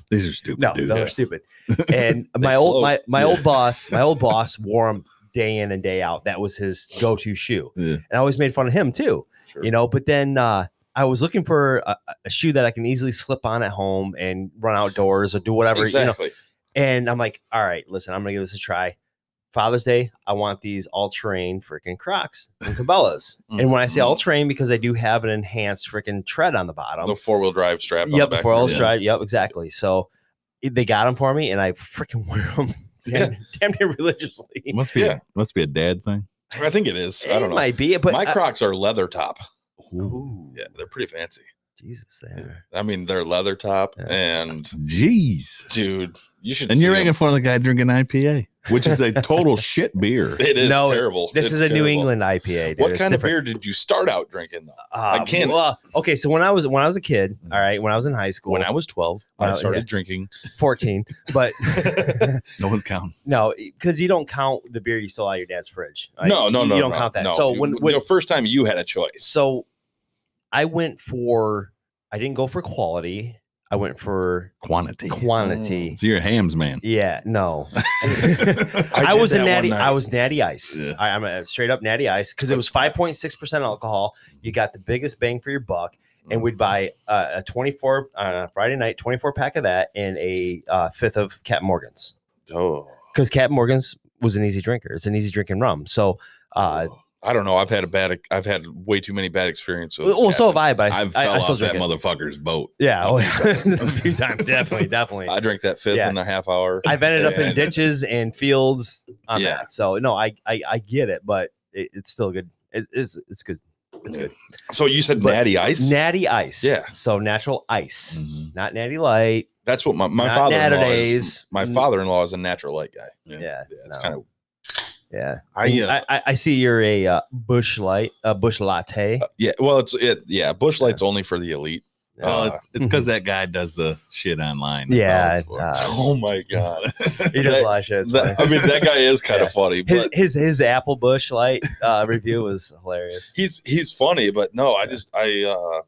These are stupid. no, dude. those are stupid. And my float. old my, my Yeah. old boss, my old boss wore them day in and day out. That was his go-to shoe. Yeah. And I always made fun of him too, Sure. you know. But then uh, I was looking for a, a shoe that I can easily slip on at home and run outdoors or do whatever, you know. exactly. And I'm like, all right, listen, I'm gonna give this a try. Father's Day, I want these all-terrain freaking Crocs and Cabela's. and when I say Mhm. all-terrain, because I do have an enhanced freaking tread on the bottom. the four wheel drive strap. yep, the four-wheel yeah. drive. Yep, exactly. So it- they got them for me, and I freaking wear them Yeah. damn, damn near religiously. It must be Yeah. a, must be a dad thing. I think it is. I it don't know. might be, but My I- Crocs are leather top. Ooh, Yeah, they're pretty fancy. Jesus, they Yeah. are. I mean, they're leather top, Yeah. and Jeez. dude, you should. And see you're 'em. making fun of the guy drinking IPA, which is a total shit beer. It is No, terrible. This It's is a New terrible. England IPA. Dude. What It's kind of different. beer did you start out drinking though? Uh, I can't- Mm. Well, okay, so when I was when I was a kid, all right, when I was in high school, When I was 12, I Wow, started yeah. drinking. 14, but No one's counting. No, because you don't count the beer you stole out of your dad's fridge. Like, no, no, Uh, you- no. you don't no, count that. no. So You- when, when the first time you had a choice, so I went for I didn't go for quality. I went for Quantity. quantity. so you're a hams man. Yeah, no. Oh. I I, did was a that one natty. night. I was natty ice. Yeah. I, am a straight up natty ice because it was That's fine. 5.6 percent alcohol. You got the biggest bang for your buck, and Mm-hmm. we'd buy uh, a 24 on a Friday night 24 pack of that and a uh, fifth of Captain Morgan's oh, because Captain Morgan's was an easy drinker. It's an easy drinking rum. So. Uh, Oh. I don't know. I've had a bad. I've had way too many bad experiences. Well, so have I, but I, I I, fell I still off drink that it. motherfucker's boat. yeah, a oh, few yeah. times. a few times, definitely, definitely. I drank that fifth Yeah. in a half hour. I've ended up in and- ditches and fields on Yeah. that. So no, I, I I get it, but it, it's still good. It, it's it's good. It's good. So you said But- natty ice. Natty ice. Yeah. So natural ice, Mhm. not natty light. That's what my my not father-in-law is. Natterdays. My N- father-in-law is a natural light guy. Yeah. Yeah. Yeah, it's no, kind of yeah. I, uh, I, I I see you're a uh, bush light, a bush latte. yeah. Well, it's it. Yeah, bush light's only for the elite. Yeah. well, uh, it's- it's because that guy does the shit online. That's all mm-hmm. yeah. it's for. uh, oh my god. he does That- a lot of shit. It's That- I funny. mean, that guy is kind of funny, his, but his his apple bush light uh, review was hilarious. he's he's funny. But no, I just I uh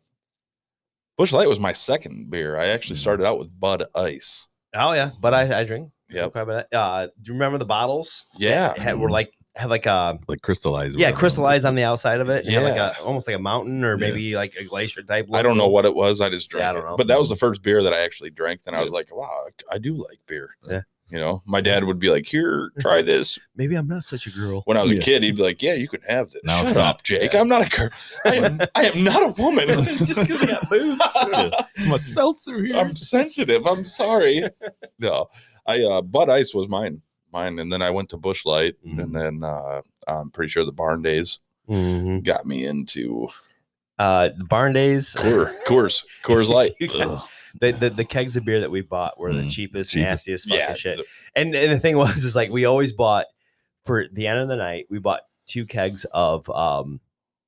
Bush Light was my second beer. I actually Mm. Mhm. started out with Bud Ice. Oh yeah, but I I drink. Yep. Mm. Okay, but, uh, do you remember the bottles? Yeah. Had, were like had like um, a Like crystallized. or yeah whatever. crystallized on the outside of it. Yeah, like Yeah. a almost like a mountain or Yeah. maybe like a glacier type. I don't know look. what it was. I just drank Yeah, I don't it. know. Mm. But that was the first beer that I actually drank. Then I was like, wow, I do like beer. Yeah. You know, my dad would be like, here, try this. Maybe I'm not such a girl. When I was Yeah. a kid, he'd be like, yeah, you can have this. Now Shut it's up, not. Jake. I'm not a girl. I am, I am not a woman. just because I got boobs. I'm a seltzer here. I'm sensitive. I'm sorry. No, I uh, Bud Ice was mine, mine, and then I went to Bush Light, Mhm. and then uh, I'm pretty sure the Barn Days Mm-hmm. got me into Uh, the barn days. Coors, Coors, Coors Light. You got- the, the the kegs of beer that we bought were the Mm, cheapest, cheapest. nastiest fucking yeah, shit. the- And and the thing was is like we always bought for the end of the night. We bought two kegs of um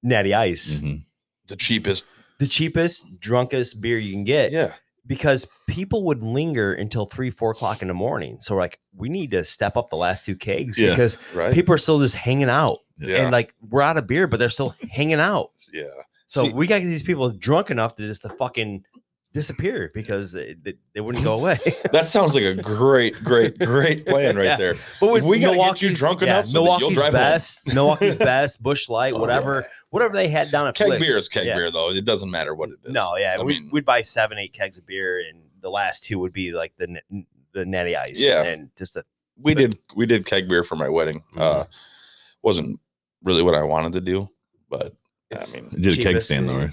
natty ice, Mm-hmm. Mhm. the cheapest. the cheapest, drunkest beer you can get. Yeah, because people would linger until three, four o'clock in the morning. So like we need to step up the last two kegs Yeah. because right. people are still just hanging out. yeah, And like we're out of beer, but they're still hanging out. yeah. So See- we got these people drunk enough to just to fucking disappear because they, they, they wouldn't go away. That sounds like a great, great, great plan right Yeah. there. but We gotta get you drunk enough so that you'll Milwaukee's drive home. best, Milwaukee's best, Bush Light, Oh, whatever, whatever they had down at Keg Flicks. beer is keg Yeah. beer, though. It doesn't matter what it is. No, yeah, I we, mean- would buy seven, eight kegs of beer, and the last two would be like the n- the natty ice, Yeah. and just a we did we did keg beer for my wedding. Uh, Mm-hmm. wasn't really what I wanted to do, but It's- I mean, You did a keg Cheapest stand though, and- right?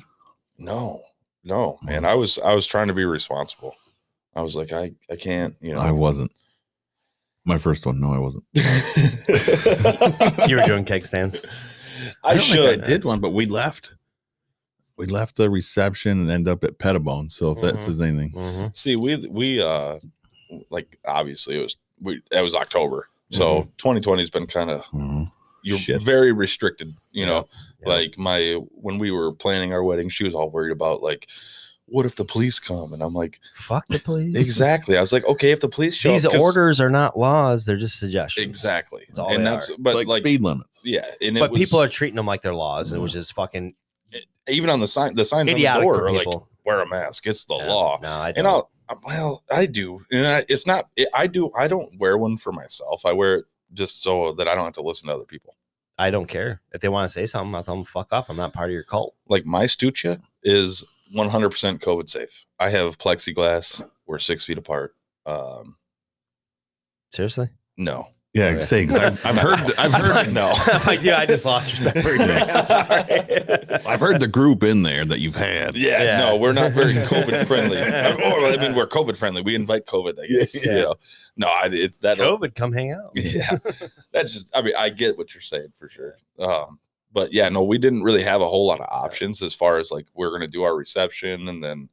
No, no, Oh. man. I was I was trying to be responsible. I was like, I I can't, you know. I wasn't. My first one. No, I wasn't. you were doing keg stands. I, don't think should. I did one, but we left. We left the reception and end up at Pettibone. So if that Mhm. says anything, See, we we uh, like obviously it was we it was October, so Mm-hmm. 2020 has been kind of Mhm. you're Shit. very restricted. You know, Yeah. like my when we were planning our wedding, she was all worried about like, what if the police come? And I'm like, Fuck the police. exactly. I was like, okay, if the police show These up, 'cause- orders are not laws; they're just suggestions. exactly, That's all and they that's are. but but like, like speed limits. yeah, and it But was- people are treating them like they're laws, Yeah. which is fucking even on the sign, the signs on the Idiotic door for are like people. wear a mask. It's the Yeah. law. No, I And don't. I'll I'm- well, I do, and I, it's not. It, I do. I don't wear one for myself. I wear it just so that I don't have to listen to other people. I don't care if they want to say something. I'll tell them fuck off. I'm not part of your cult. Like my Stucha is 100 percent COVID safe. I have plexiglass. We're six feet apart. Um, Seriously, no, Oh, Yeah, Okay. say 'cause I've, I've heard I've heard no. I'm like, dude, I just lost respect for you. I'm sorry. I've heard the group in there that you've had. Yeah, Yeah. no, we're not very COVID friendly. or I mean, we're COVID friendly. We invite COVID, I guess. Yeah. You know? No, I, it's that. COVID, come hang out. Yeah, that's just. I mean, I get what you're saying for sure. Um, but yeah, no, we didn't really have a whole lot of options as far as like we're gonna do our reception, and then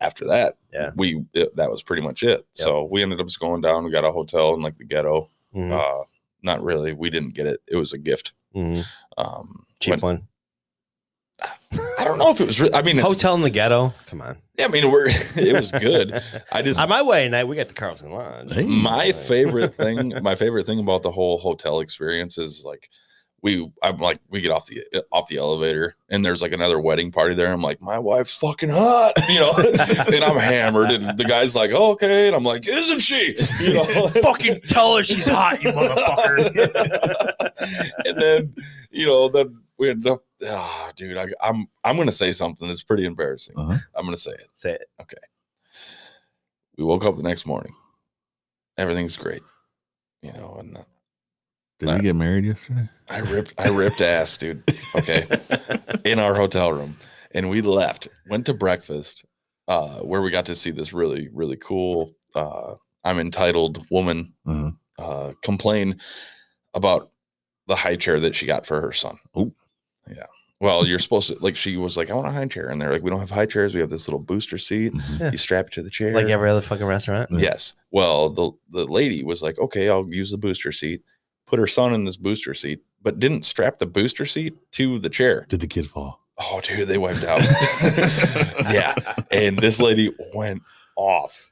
after that, Yeah. we it, that was pretty much it. So we ended up just going down. We got a hotel in like the ghetto. Mhm, Uh, not really. We didn't get it. It was a gift. mhm. Um, Cheap when- one. I don't know if it was. Re- I mean, Hotel in the ghetto. Come on. I mean, we're it was good. I just On my way tonight, we got the Carlton Lounge. Hey. my Like- favorite thing my favorite thing about the whole hotel experience is like we i'm like we get off the eh, off the elevator and there's like another wedding party there i'm like my wife's fucking hot you know and i'm hammered and the guy's like oh, okay and i'm like isn't she you know Fucking tell her she's hot, you motherfucker. and then you know then we end up ah dude I, i'm i'm gonna say something that's pretty embarrassing Uh-huh. i'm gonna say it Say it. we woke up the next morning everything's great you know and uh, Did you get married yesterday? I ripped I ripped ass, dude. Okay. In our hotel room. And we left, went to breakfast, uh, where we got to see this really, really cool uh I'm entitled woman Uh-huh. uh complain about the high chair that she got for her son. Ooh. Yeah. Well, you're supposed to like she was like, I want a high chair. And they're like, We don't have high chairs, we have this little booster seat. Mhm. You strap it to the chair. Like every other fucking restaurant. Yeah. Yes. Well, the the lady was like, "Okay, I'll use the booster seat." Put her son in this booster seat, but didn't strap the booster seat to the chair. Did the kid fall? Oh, dude, they wiped out. yeah, and this lady went off.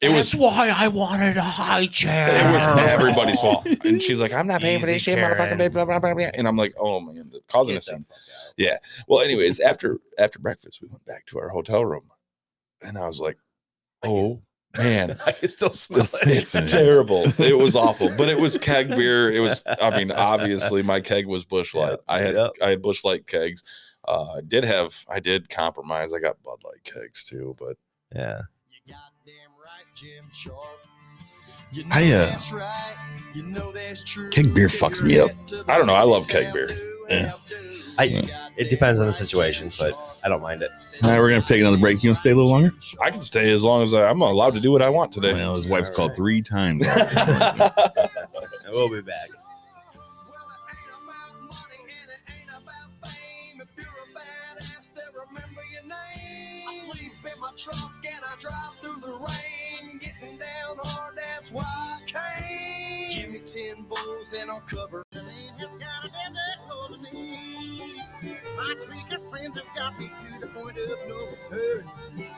It was why I wanted a high chair. it was everybody's fault, and she's like, "I'm not paying for Easy, this shit, motherfucking Karen. blah, blah, blah, blah, blah." And I'm like, "Oh man, causing a Get the scene." fuck out. Well, anyways, after after breakfast, we went back to our hotel room, and I was like, "Oh man, I can still smell it. stinks. it's terrible. It was awful, but it was keg beer. It was, I mean, obviously my keg was Bush Light. Yep, I had yep. I had Bush Light kegs. Uh, I did have I did compromise. I got Bud Light kegs too, but Yeah. You goddamn right, Jim Sharp. You know I, uh, that's right. You know that's true. keg beer fucks me up. I don't know, I love keg beer. Yeah. I- It depends on the situation, but I don't mind it. All right, we're gonna have to take another break. You gonna stay a little longer? I can stay as long as I, I'm allowed to do what I want today. Well, his wife's All called right. three times. We'll be back. I sleep in my truck and I drive through the rain. Getting down hard, that's why I came. Give me 10 bulls and I'll cover. Just gotta have that hold of me. My three good friends have got me to the point of no return.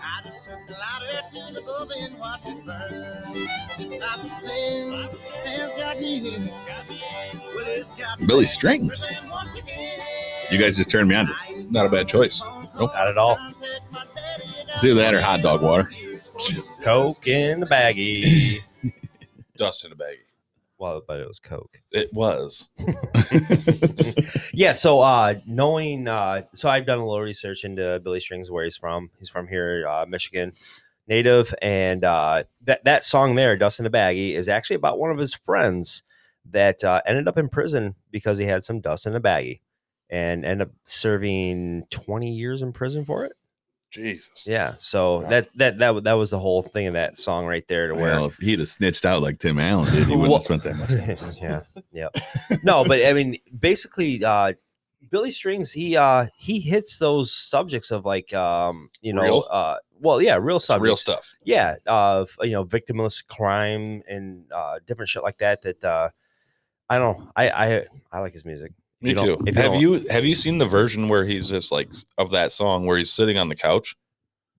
I just took the ladder to the above and watched it burn. It's not the same. It's got me in. Well, it's got me Billy Strings. driven once again. You guys just turned me on. to it. Not a bad choice. Nope. Not at all. It's either that or hot dog water. Coke in the baggie. Dust in a baggie. well, but it was Coke. It was. Yeah. So, uh, knowing, uh, so I've done a little research into Billy Strings, where he's from. He's from here, uh, Michigan native. And uh, that, that song there, Dust in a Baggie, is actually about one of his friends that uh, ended up in prison because he had some dust in a baggie and ended up serving 20 years in prison for it. Jesus. Yeah. So Wow. that, that, that, that was the whole thing of that song right there to where. Well, if he'd have snitched out like Tim Allen did, he wouldn't Well- have spent that much time. yeah, yeah. No, but I mean, basically, uh, Billy Strings he uh he hits those subjects of like um you know Real? uh well yeah real It's real subjects stuff. yeah of uh, you know victimless crime and uh different shit like that that uh I don't I I I like his music. If Me you too. don't- if have don't- you have you seen the version where he's just like of that song where he's sitting on the couch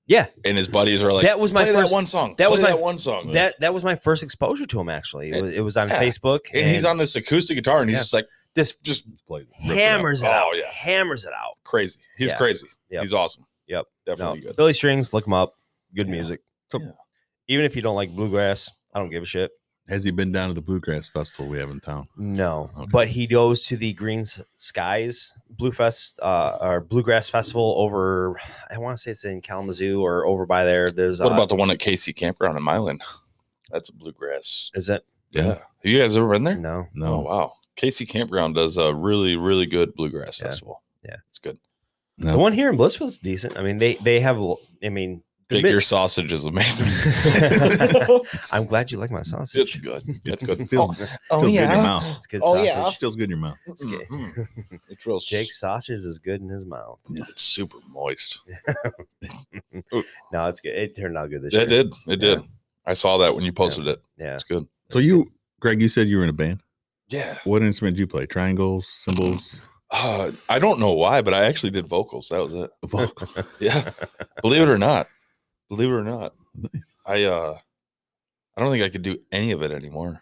Yeah, and his buddies are like, that was my play first that one song. that play was my- that one song. that that was my first exposure to him actually. It And- was, it was on yeah, Facebook and he's on this acoustic guitar and he's Yeah. just like This Just Play. rips it hammers it out. out. Oh, yeah. Hammers it out. crazy. He's Yeah. crazy. Yep. He's awesome. Yep. No, Definitely good. Billy Strings, look him up. Good Yeah. music. So- Yeah. Even if you don't like bluegrass, I don't give a shit. Has he been down to the bluegrass festival we have in town? No, Okay. but he goes to the Green S- Skies Bluefest uh, or Bluegrass Festival over. I want to say it's in Kalamazoo or over by there. There's What uh, about the one at Casey Campground in Milan? That's a bluegrass. uh, Is it? Yeah. Yeah. Have you guys ever been there? No. Oh No, wow. Casey Campground does a really, really good bluegrass Yeah. festival. Yeah. It's good. The no. one here in Blissville's decent. I mean, they they have. l- I mean, the Big mid- Ear sausage is amazing. I'm glad you like my it's sausage. good. It's It good. feels, Oh, feels good in your mouth. It's good Oh, sausage. yeah. feels good in your mouth. Oh, It's good. Mhm. It's real Jake's sausage is good in his mouth. It's super moist. No, it's good. It turned out good this It year. did. It did. I saw that when you posted it. Yeah. It's good. So you, Greg, you said you were in a band. Yeah. What instrument do you play? Triangles, cymbals, Uh, I don't know why, but I actually did vocals. That was it. vocal. Yeah. Believe it or not. Believe it or not. Nice. I uh I don't think I could do any of it anymore.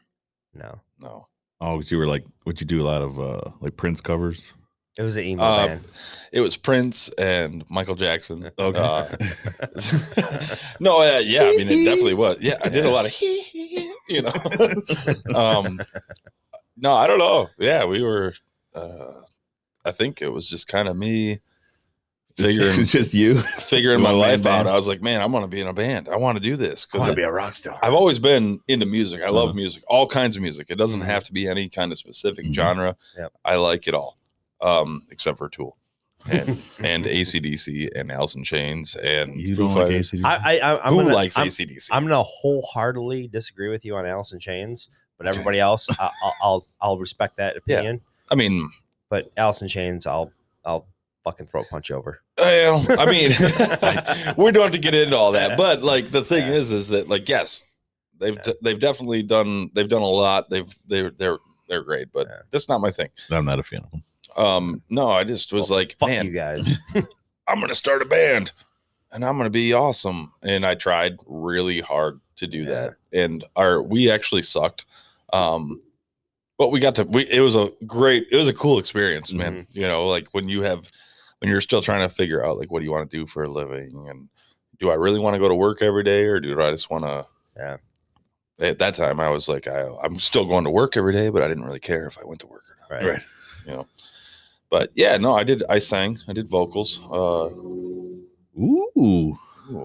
No, No. oh, 'cause you were like, would you do a lot of uh like Prince covers? it was an emo Uh, band. It was Prince and Michael Jackson. Okay. Uh, no, uh, yeah, I mean it definitely was. Yeah, I did a Yeah. lot of you know. um no, I don't know. Yeah, we were uh I think it was just kind of me It figuring was just you. figuring You my wanna be in a life out. band? I was like, man, I want to be in a band. I want to do this I because be a rock star. I've always been into music. I love Uh-huh. music, all kinds of music. It doesn't Mhm. have to be any kind of specific Mm-hmm. Mhm. genre. Yep. I like it all, um, except for Tool and and ACDC and Alice in Chains and You Foo don't like Fighters. AC/DC? I, I, I'm Who gonna, likes I'm, ACDC? I'm gonna wholeheartedly disagree with you on Alice in Chains, but Okay. everybody else, I, I'll, I'll I'll respect that Yeah. opinion. I mean, But Alice in Chains, I'll I'll fucking throw a punch over. well, I mean, we don't have to get into all that. But like the thing Yeah. is, is that like yes, they've Yeah. they've definitely done they've done a lot. They've they're they're they're great, but Yeah. that's not my thing. I'm not a fan of them. Um, no, I just was Well, like, fuck man, you guys. I'm going to start a band and I'm going to be awesome. And I tried really hard to do that. And our, we actually sucked. Um, but we got to, we, it was a great, it was a cool experience, man. You know, like when you have, when you're still trying to figure out like, what do you want to do for a living? And do I really want to go to work every day or do I just want to, Yeah. At that time, I was like, I, I'm still going to work every day, but I didn't really care if I went to work or not Right. Right. but yeah, no, I did. I sang. I did vocals. Uh, Ooh, ooh. was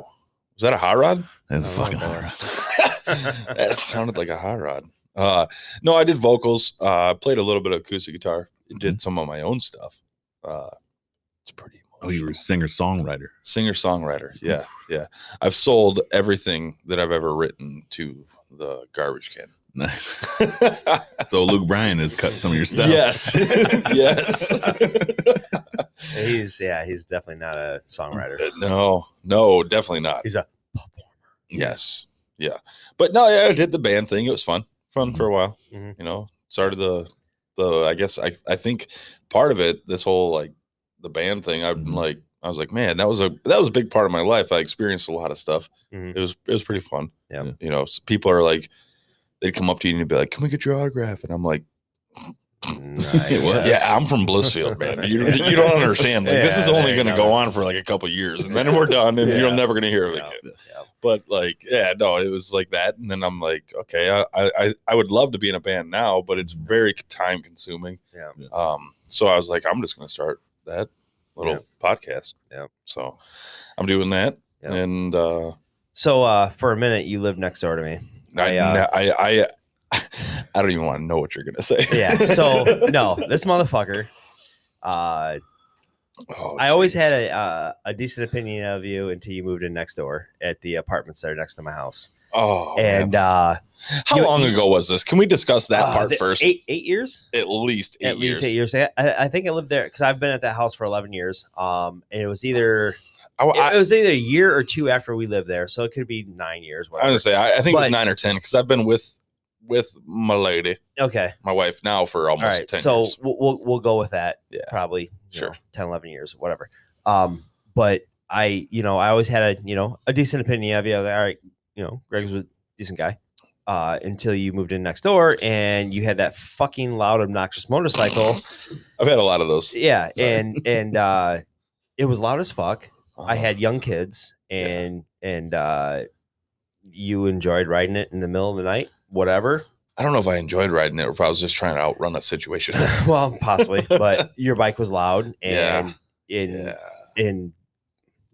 that a hot rod? that's a I fucking love hard. that sounded like a hot rod. Uh, no, I did vocals. Uh, played a little bit of acoustic guitar. Mm-hmm. Did some of my own stuff. Uh, it's pretty. Oh, you were a emotional. singer songwriter. singer songwriter. Yeah, yeah. I've sold everything that I've ever written to the garbage can. Nice. So Luke Bryan has cut some of your stuff. Yes, yes. He's yeah, he's definitely not a songwriter. Uh, no, no, definitely not. He's a Yes. Yeah. But no, yeah, I did the band thing. It was fun. Fun for a while. Mhm. You know, started the the I guess I I think part of it, this whole like the band thing, I'm Mm-hmm. Mhm. like I was like, man, that was a that was a big part of my life. I experienced a lot of stuff. Mhm. It was it was pretty fun. Yeah. Yeah. You know, s- people are like they'd come up to you and you'd be like, Can we get your autograph? And I'm like, It was. Yeah, I'm from Blissfield, man. You, you don't understand. Like this is Yeah, only there you gonna go. go on for like a couple years and then we're done and you're Yeah. never gonna hear of it Yeah. again Yeah. but like yeah no it was like that and then i'm like okay i i, I would love to be in a band now but it's very time consuming Mm-hmm. Yeah. Yeah. um so i was like i'm just gonna start that little Yeah. podcast Yeah. so i'm doing that Yeah. and uh So uh, for a minute, you lived next door to me. I, i uh, I, I i don't even want to know what you're gonna say Yeah. So no, this motherfucker. Uh, Oh, I always jeez. had a uh, a decent opinion of you until you moved in next door at the apartments that are next to my house. oh and and uh, how you- long ago was this can we discuss that uh, part the- first eight eight years. at least eight at least years. eight years. I, I I think I lived there because I've been at that house for eleven years. Um, and it was either I, Oh. I, it was either a year or two after we lived there, so it could be nine years. I Whatever. was gonna say I, I think it was But- nine or ten because I've been with with my lady, okay, my wife now for all almost right. ten So years. we'll, we'll we'll go with that. Yeah. probably you Sure. know, 10 11 years whatever um but i you know i always had a you know a decent opinion of you I was like, all right you know greg's a decent guy uh, until you moved in next door and you had that fucking loud, obnoxious motorcycle. I've had a lot of those. Yeah, Sorry. and and uh, it was loud as fuck. I Oh. had young kids, and and uh, you enjoyed riding it in the middle of the night, whatever. I don't know if I enjoyed riding it or if I was just trying to outrun a situation. well, possibly, but your bike was loud, Yeah. and in in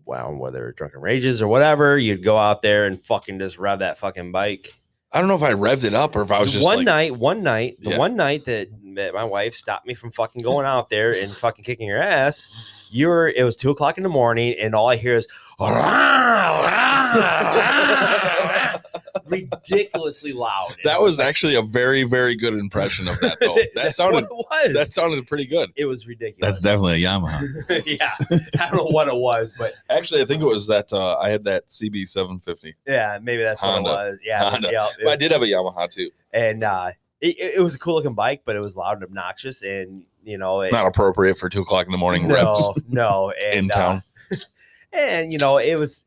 well, whether drunken rages or whatever, you'd go out there and fucking just rev that fucking bike. I don't know if I revved it up or if I was just one like, night, one night, the Yeah. one night that, that my wife stopped me from fucking going out there and fucking kicking her ass. You were it was two o'clock in the morning, and all I hear is ridiculously loud. that was actually a very, very good impression of that though. That That's sounded what it was. that sounded pretty good. it was That's ridiculous. definitely a Yamaha. definitely yeah. I don't know what it was, but Actually, I think it was that uh, I had that CB seven fifty. yeah, maybe that's Honda. what it was. Yeah, Honda. yeah. it But I was- did have a Yamaha too. and uh, it, it- it was a cool looking bike, but it was loud and obnoxious, and you know, it, Not appropriate for two o'clock in the morning no, revs No, and, in uh, town. and you know it was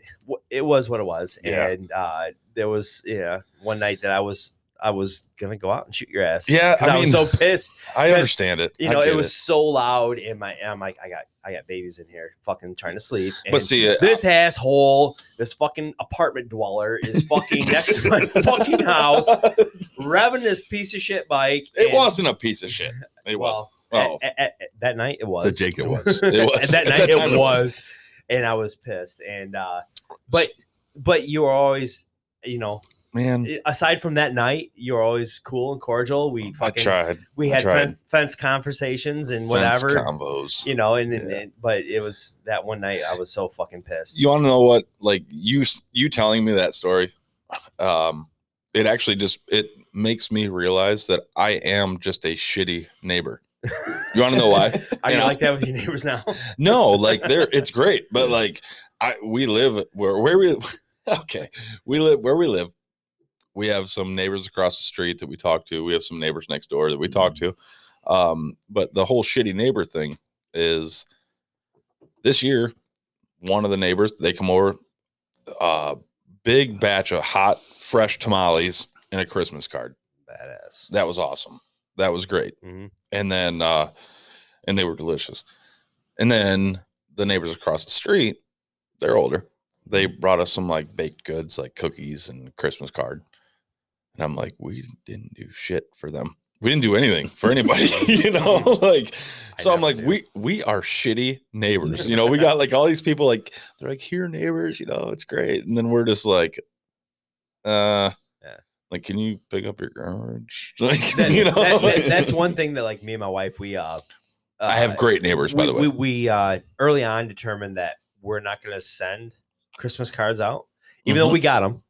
it was what it was Yeah. and uh there was yeah one night that i was i was gonna go out and shoot your ass Yeah, 'Cause I I, was so mean- pissed I 'cause, understand it. you I know get it was so loud and my and i'm like i got i got babies in here fucking trying to sleep But and see, uh, this asshole this fucking apartment dweller is fucking next to my fucking house revving this piece of shit bike it and- wasn't a piece of shit. It was. well at- Oh. at- at- at- that night it was The Jake it was. It was. And that At night that time it was, and I was pissed. And uh, but but you were always, you know, Man, aside from that night, you were always cool and cordial. We I fucking tried. we I had tried. fence, fence conversations and Fence whatever, combos. you know. And, and, Yeah. and- but it was that one night I was so fucking pissed. you want to know what like you you telling me that story um it actually just it makes me realize that i am just a shitty neighbor you want to know why Are you and I- like that with your neighbors now? no like there it's great but like i we live where where we okay we live where we live we have some neighbors across the street that we talk to we have some neighbors next door that we talk to um but the whole shitty neighbor thing is this year one of the neighbors they come over uh big batch of hot fresh tamales and a christmas card Badass. that was awesome that was great Mhm. and then uh and they were delicious and then the neighbors across the street they're older they brought us some like baked goods like cookies and christmas card and i'm like we didn't do shit for them we didn't do anything for anybody you know like I so i'm never like do. we we are shitty neighbors you know we got like all these people like they're like here neighbors you know it's great and then we're just like uh Yeah. like can you pick up your garbage like That- you know that- that- that's like- one thing that like me and my wife we uh, I have uh, great neighbors, by we, the way. We, we uh, early on determined that we're not going to send Christmas cards out, even though Mhm. we got them,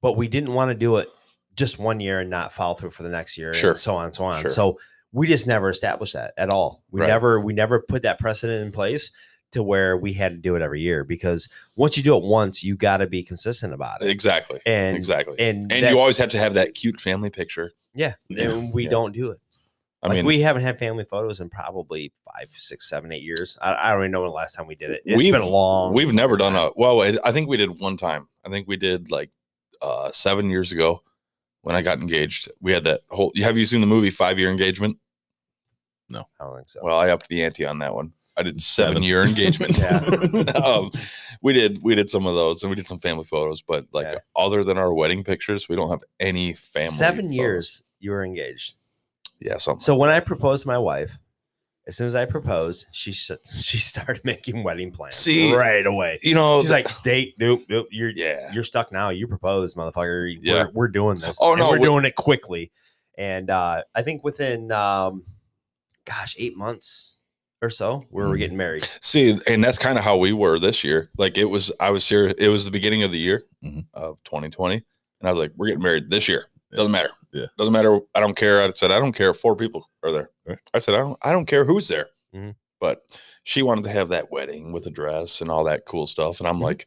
but we didn't want to do it just one year and not follow through for the next year, Sure. and so on, so on. Sure. So we just never established that at all. We Right. never we never put that precedent in place to where we had to do it every year because once you do it once, you got to be consistent about it. exactly, And exactly. And, and you that- always have to have that cute family picture. yeah, Yeah, and we yeah. don't do it. I like mean, we, we haven't had family photos in probably five, six, seven, eight years. I, I don't even know when the last time we did it. It's We've- been a long. have never done a well. I I think we did one time. I think we did like uh seven years ago when I got engaged. We had that whole. Have you seen the movie Five Year Engagement? I don't think so. Well, I upped the ante on that one. I did seven, Seven. year engagement. Yeah. um, we did we did some of those and we did some family photos, but like Yeah. other than our wedding pictures, we don't have any family. seven photos. years you were engaged. Yeah, something. So when I proposed to my wife, as soon as I proposed, she s- she started making wedding plans See, right away. You know, She's the- like, date, nope, nope, you're yeah, you're stuck now. You proposed, motherfucker. Yeah. We're, we're doing this. Oh, And no, we're we- doing it quickly. And uh, I think within, um, gosh, eight months or so, we were Mm. getting married. See, and that's kind of how we were this year. Like it was, I was here. It was the beginning of the year Mhm. of 2020, and I was like, "We're getting married this year. Doesn't matter. Yeah. doesn't matter. I don't care." I said, "I don't care. if Four people are there." Right. I said, "I don't. I don't care who's there." Mhm. But she wanted to have that wedding with a dress and all that cool stuff, and I'm Mhm. like,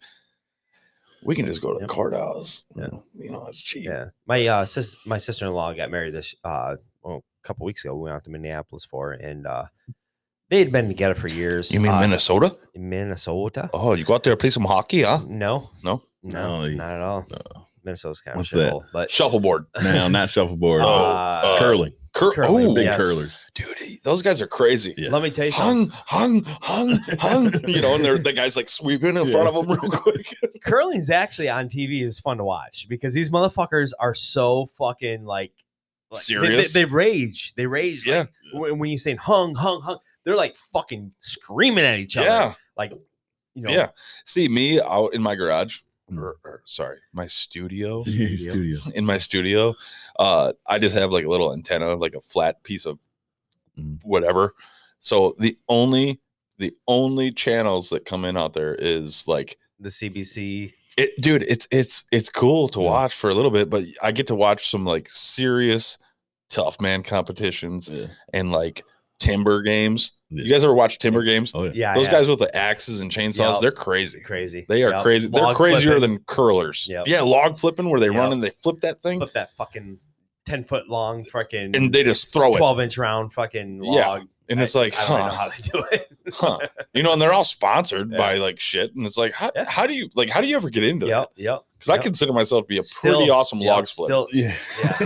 "We can just go to Yep. the courthouse. Yeah. You know, it's cheap." Yeah, my uh, sis- my sister in law got married this uh, well, a couple weeks ago. We went out to Minneapolis for, it, and uh, they had been together for years. You mean uh, Minnesota? Minnesota? Mm. Oh, you go out there and play some hockey, huh? No, No? no, No, you- not at all. Uh, Minnesota's kind What's of that? shithole, but Shuffleboard. No, not shuffleboard. Oh, uh, curling. Cur- Curling, Ooh, Big yes. curlers. dude, those guys are crazy. Yeah. let me tell you something. Hung, hung, hung, hung. You know, and they're, the guy's like sweeping in Yeah. front of them real quick. curling's actually on TV is fun to watch because these motherfuckers are so fucking like, like, they- Serious? They, they rage. They rage. Yeah. Like, when, when you saying hung, hung, hung, they're like fucking screaming at each other. Yeah. You know. Yeah. See, me out in my garage, or, or, sorry, my studio. Yeah, Studio. in my studio, uh, I just have like a little antenna, like a flat piece of Mm. whatever. So the only the only channels that come in out there is like The CBC. it dude, it's it's it's cool to Yeah. watch for a little bit, but I get to watch some like serious tough man competitions Yeah. and like timber games. You Yeah. guys ever watch timber games? Oh yeah. Yeah. Those yeah. guys with the axes and chainsaws, Yep. they're crazy. crazy. They are Yep. crazy. They're Log crazier flipping. than curlers. Yep. Yeah, log flipping where they run Yep. and they flip that thing Flip that fucking ten foot long fucking and they just throw it. twelve inch round fucking log. Yeah. And it's I- like, I don't really know how huh, they do it. huh. You know, and they're all sponsored Yeah. by like shit. And it's like, how, Yeah. how do you like how do you ever get into that? Yep. Yep. Because I yep, consider myself to be a pretty Still- awesome yep, log split. Still, Yeah.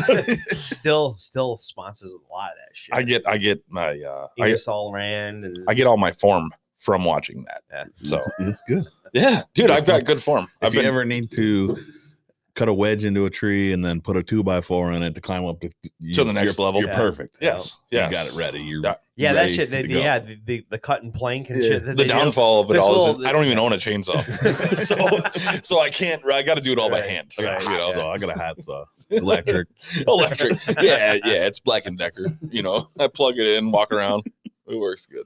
yeah. still, still sponsors a lot of that shit. I get I get my uh I, Ingersoll Rand and I get all my form from watching that. Yeah. So It's good. yeah, dude, Yeah. I've got good form. If I've you been ever need to cut a wedge into a tree and then put a two by four on it to climb up to, you, To the next you're- level. You're Yeah. perfect. yes, yes. You got it ready. You're Yeah. yeah, that ready shit. They, to go. yeah, the, the, the cut and plank and Yeah. shit. That The they do. downfall of it this all is little- that I don't even own a chainsaw. so so I can't I gotta do it all by Right, hand. I got a You hot know? saw. I got a hot saw. It's electric. electric. Yeah, yeah, it's black and decker. You know, I plug it in, walk around. It works good.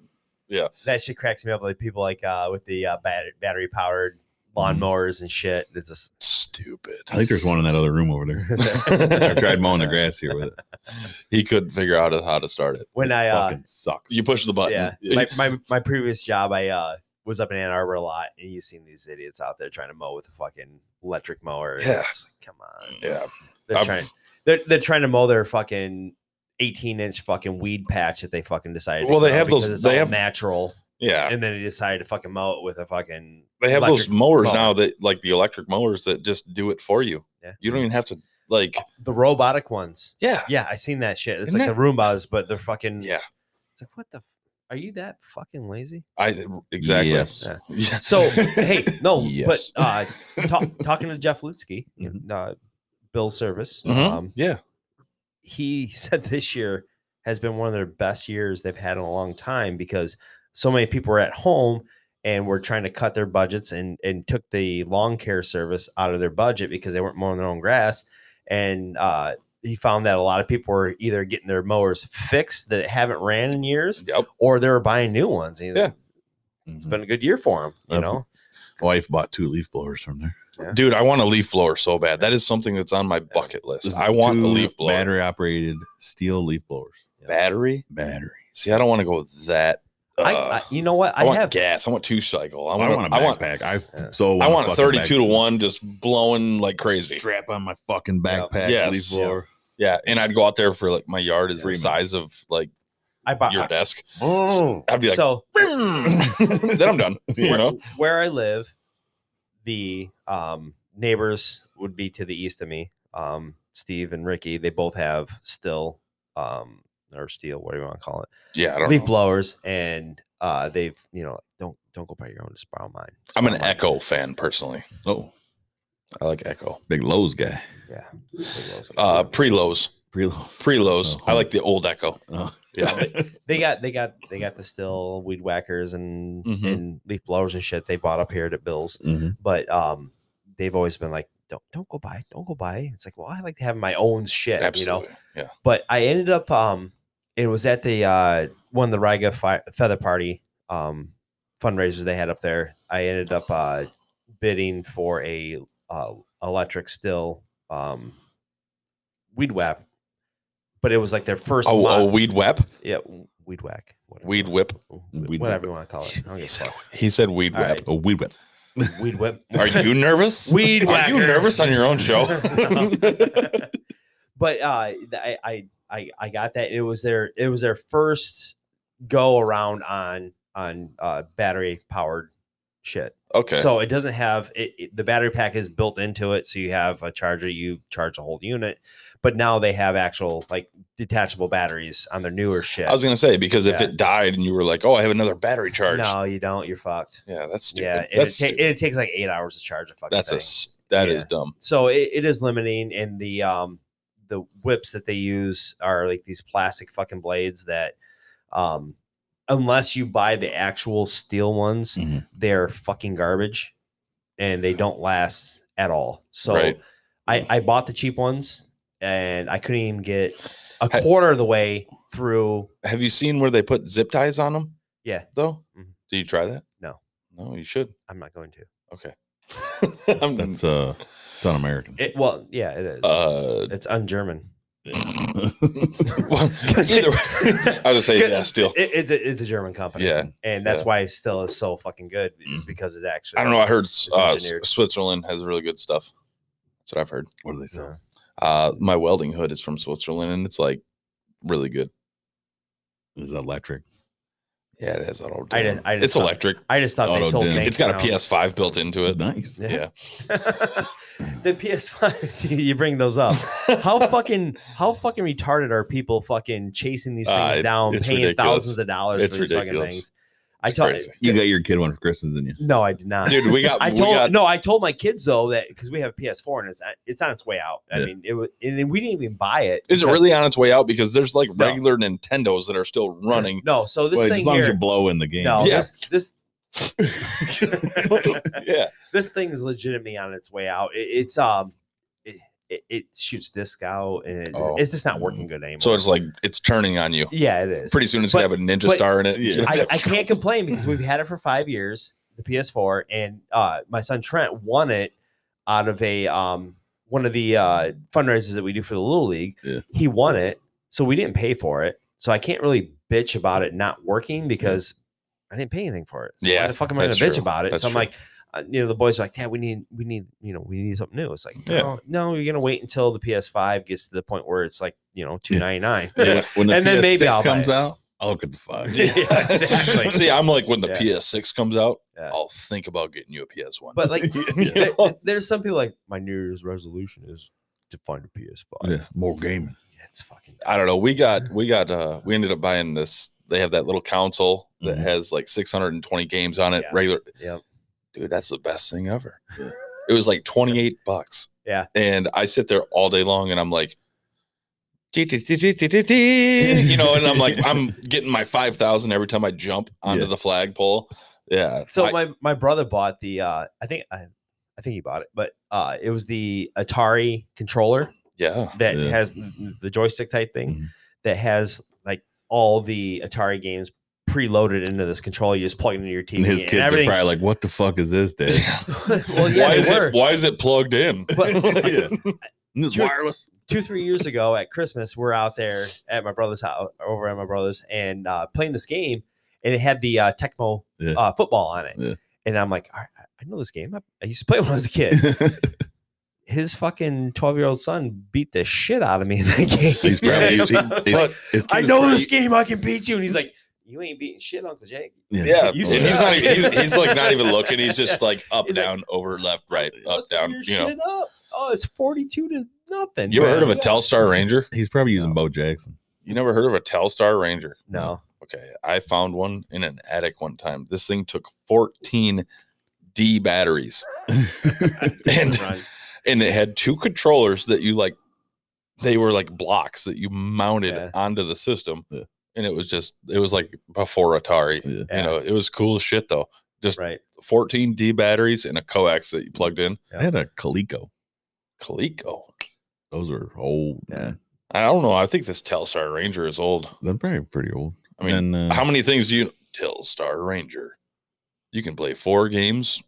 That shit cracks me up. Like people like uh, with the uh, battery, battery powered lawnmowers and shit. It's just Stupid. I think there's one in that other room over there. I tried mowing the grass here with it. he couldn't figure out how to start it. when I uh, Fucking sucks. You push the button. yeah, my, my my previous job, I uh, was up in Ann Arbor a lot, and you seen these idiots out there trying to mow with a fucking electric mower. and Yeah. it's like, come on. yeah. They're I've- trying. They're, they're trying to mow their fucking. 18 inch fucking weed patch that they fucking decided. to Well, they grow have those- because it's they all have- natural. Yeah. and then he decided to fucking mow it with a fucking. They have those electric mowers mower. now that like the electric mowers that just do it for you. Yeah. Mm. Oh, You don't even have to like The robotic ones. yeah. Yeah, I seen that shit. It's Isn't like that- the Roombas, but they're fucking. Yeah. It's like what the. f- Are you that fucking lazy? I exactly. Yes. Yeah. Yeah. So hey, no, Yes. but uh, ta- talking to Jeff Lutsky, you know, uh, Bill's service, Mhm. um, yeah. he said this year has been one of their best years they've had in a long time because so many people were at home and were trying to cut their budgets and and took the lawn care service out of their budget because they weren't mowing their own grass and uh he found that a lot of people were either getting their mowers fixed that haven't ran in years Yep. or they were buying new ones. And he's like, It's Mhm. been a good year for him, you Yep. know? wife bought two leaf blowers from there. Dude, I want a leaf blower so bad. That is something that's on my bucket list. This is I want a two leaf blower. Battery operated steel leaf blowers. Battery? Battery. See, I don't want to go that. Uh, I, I, I, you know what? I, want have gas. I want two cycle. I I want. want, I want. a backpack. I, Yeah. f- so I want a fucking thirty-two to backpack. one, just blowing like crazy. Strap on my fucking Yeah. backpack. Yes. Leaf blower. Yeah, and I'd go out there for like my yard is the Agreement. size of like I bought your desk. Oh. I'd be like, so then I'm done. You where, know, where I live, the um, neighbors would be to the east of me. Um, Steve and Ricky, they both have still um, or steel, what do you want to call it, yeah. I don't leaf know. blowers, and uh, they've you know don't don't go buy your own, just borrow mine. Just I'm borrow an mine. Echo fan personally. Oh, I like Echo. big Lowe's guy. Yeah. Big Lowe's. Uh, pre lows, Pretty Lowe's. pre lows. Uh-huh. Oh. I like the old Echo. Oh. Yeah, they got they got they got the still weed whackers and Mhm. and leaf blowers and shit they bought up here at Bill's. Mm-hmm. Mhm. but um they've always been like don't don't go buy don't go buy it's like well i like to have my own shit you absolutely. know but i ended up um it was at the uh one of the riga fi- feather party um fundraisers they had up there i ended up uh bidding for a uh, electric still um weed whack but it was like their first Oh, mod- oh, weed whip, yeah weed whack whatever, weed whip. Weed whatever you want to call it I don't give a fuck. He said weed All whip. right. A weed whip. Oh, weed whip Are you nervous? weed Are you whacker. nervous on your own show? but uh, th- I, I I I got that. It was their it was their first go around on on uh, battery powered shit. Okay. So it doesn't have it, it- the battery pack is built into it. So you have a charger, you charge the whole unit, but now they have actual like detachable batteries on their newer shit. I was gonna say because if Yeah. it died and you were like, "Oh, I have another battery charge," No, you don't. You're fucked. yeah, that's stupid. Yeah, and that's it, ta- stupid. and it takes like eight hours to charge a fucking that's a thing. s- that is Yeah. dumb. so it, it is limiting and the um the whips that they use are like these plastic fucking blades that um unless you buy the actual steel ones Mm-hmm. Mhm. they're fucking garbage and they don't last at all so Right. i i bought the cheap ones and i couldn't even get a Ha- quarter of the way through Have you seen where they put zip ties on them? Yeah. Though, Mhm. do you try that? No. No, you should. i'm not going to Okay. I'm That's uh, it's un-American. it well yeah it is uh, it's un-german well, either way, I would say yeah, still. It- it's, a, it's a German company. Yeah, And that's yeah. Mm. why it still is so fucking good. It's because it actually. I don't know. I heard s- It's uh, S- engineered. Switzerland has really good stuff. That's what I've heard. what do they sell? Uh, my welding hood is from Switzerland, and it's like really good. Is electric? Yeah, it has auto. I dim. just- I just it's thought- electric. I just thought they Auto sold. dim. bank It's got a accounts. PS5 built into it. Nice. Yeah. the PS5. See, you bring those up. How fucking how fucking retarded are people fucking chasing these Uh, things it- down, it's paying ridiculous. thousands of dollars It's for these ridiculous. fucking things? I It's told crazy. You got your kid one for Christmas, didn't you? no, I did not. dude. We got. I we told got- no, I told my kids though that because we have a PS4 and it's it's on its way out. I Yeah. mean, it was and we didn't even buy it. Is it because- really on its way out? Because there's like No. regular Nintendos that are still running. No, so this Well, thing as long here, as you blow in the game. No, Yeah. this this yeah, this thing's legitimately on its way out. It, it's um, it, it, it shoots disc out, and it- Oh. it's just not working good anymore. so it's like it's turning on you. yeah, it is. Pretty soon, it's But- gonna have a ninja but- star in it. Yeah. I, I can't complain because we've had it for five years, the PS4, and uh, my son Trent won it out of a um one of the uh, fundraisers that we do for the Little League. Yeah. He won it, so we didn't pay for it. So I can't really bitch about it not working because I didn't pay anything for it. So Yeah, why the fuck am I going that's to bitch true. about it? That's so I'm true. like. Uh, you know the boys are like, Dad, we need, we need, you know, we need something new. It's like, Yeah. no, no, you're gonna wait until the PS5 gets to the point where it's like, you know, two ninety nine. Yeah. When the And then maybe PS6 I'll buy comes it. out, I'll look at the five. Yeah. exactly. See, I'm like when the Yeah. PS6 comes out, Yeah. I'll think about getting you a PS1. But like, You there- know? there's some people like my New Year's resolution is to find a PS5. Yeah, more gaming. Yeah, it's fucking. I don't know. We got we got uh we ended up buying this. They have that little console that Mhm. has like 620 games on it. Mm-hmm. Yeah. Regular Yep. dude, that's the best thing ever. it was like 28 bucks. Yeah. And I sit there all day long and I'm like, you know, and I'm like, I'm getting my 5,000 every time I jump onto Yeah. the flagpole. Yeah. So I- my my brother bought the uh I think I I think he bought it, but uh it was the Atari controller yeah. that Yeah. has the joystick type thing Mhm. that has like all the Atari games preloaded into this controller. You just plug it into your TV. And his kids everything. are probably like, "What the fuck is this, Dad?" well, yeah, why they is were. it why is it plugged in? But- yeah. And this Sure. wireless. two three years ago at Christmas, we're out there at my brother's house, over at my brother's, and uh, playing this game, and it had the uh, Tecmo Yeah. uh, football on it, Yeah. and I'm like, "All right, I I know this game. I, I used to play it when I was a kid. His fucking twelve year old son beat the shit out of me in that game. He's probably he's, he's- he's- But his kid I was know probably- this game. I can beat you, and he's like, you ain't beating shit, Uncle Jake. Yeah, You and he's not suck. even, he's, he's like not even looking. He's just like up, He's like, down, over, left, right, up, Look at down. your You know, shit up. Oh, it's forty two to nothing. you ever man. heard of a Telstar Ranger? He's probably using Bo Jackson. You never heard of a Telstar Ranger? No, Okay, I found one in an attic one time. This thing took 14 D batteries, And- and it had two controllers that you like. They were like blocks that you mounted Yeah. onto the system, Yeah. and it was just it was like before Atari. Yeah. Yeah. You know, it was cool as shit though. right? 14 D batteries and a coax that you plugged in. I had a Coleco. Coleco. Those are old. Yeah. man. I don't know. I think this Telstar Ranger is old. They're probably pretty old. I mean, and, uh, Hmm. how many things do you Telstar Ranger? You can play four games,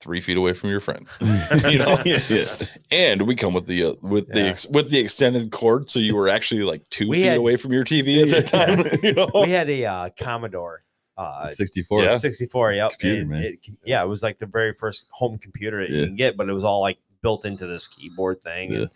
three feet away from your friend, you know. yeah, yeah. and we come with the uh, with the Yeah. ex- with the extended cord, so you were actually like two We feet had- away from your TV at that time. You know, we had a uh, Commodore. Uh, 64. Yeah. 64 yep Computer, and man. it- yeah it was like the very first home computer that Yeah. you can get but it was all like built into this keyboard thing Yeah. and-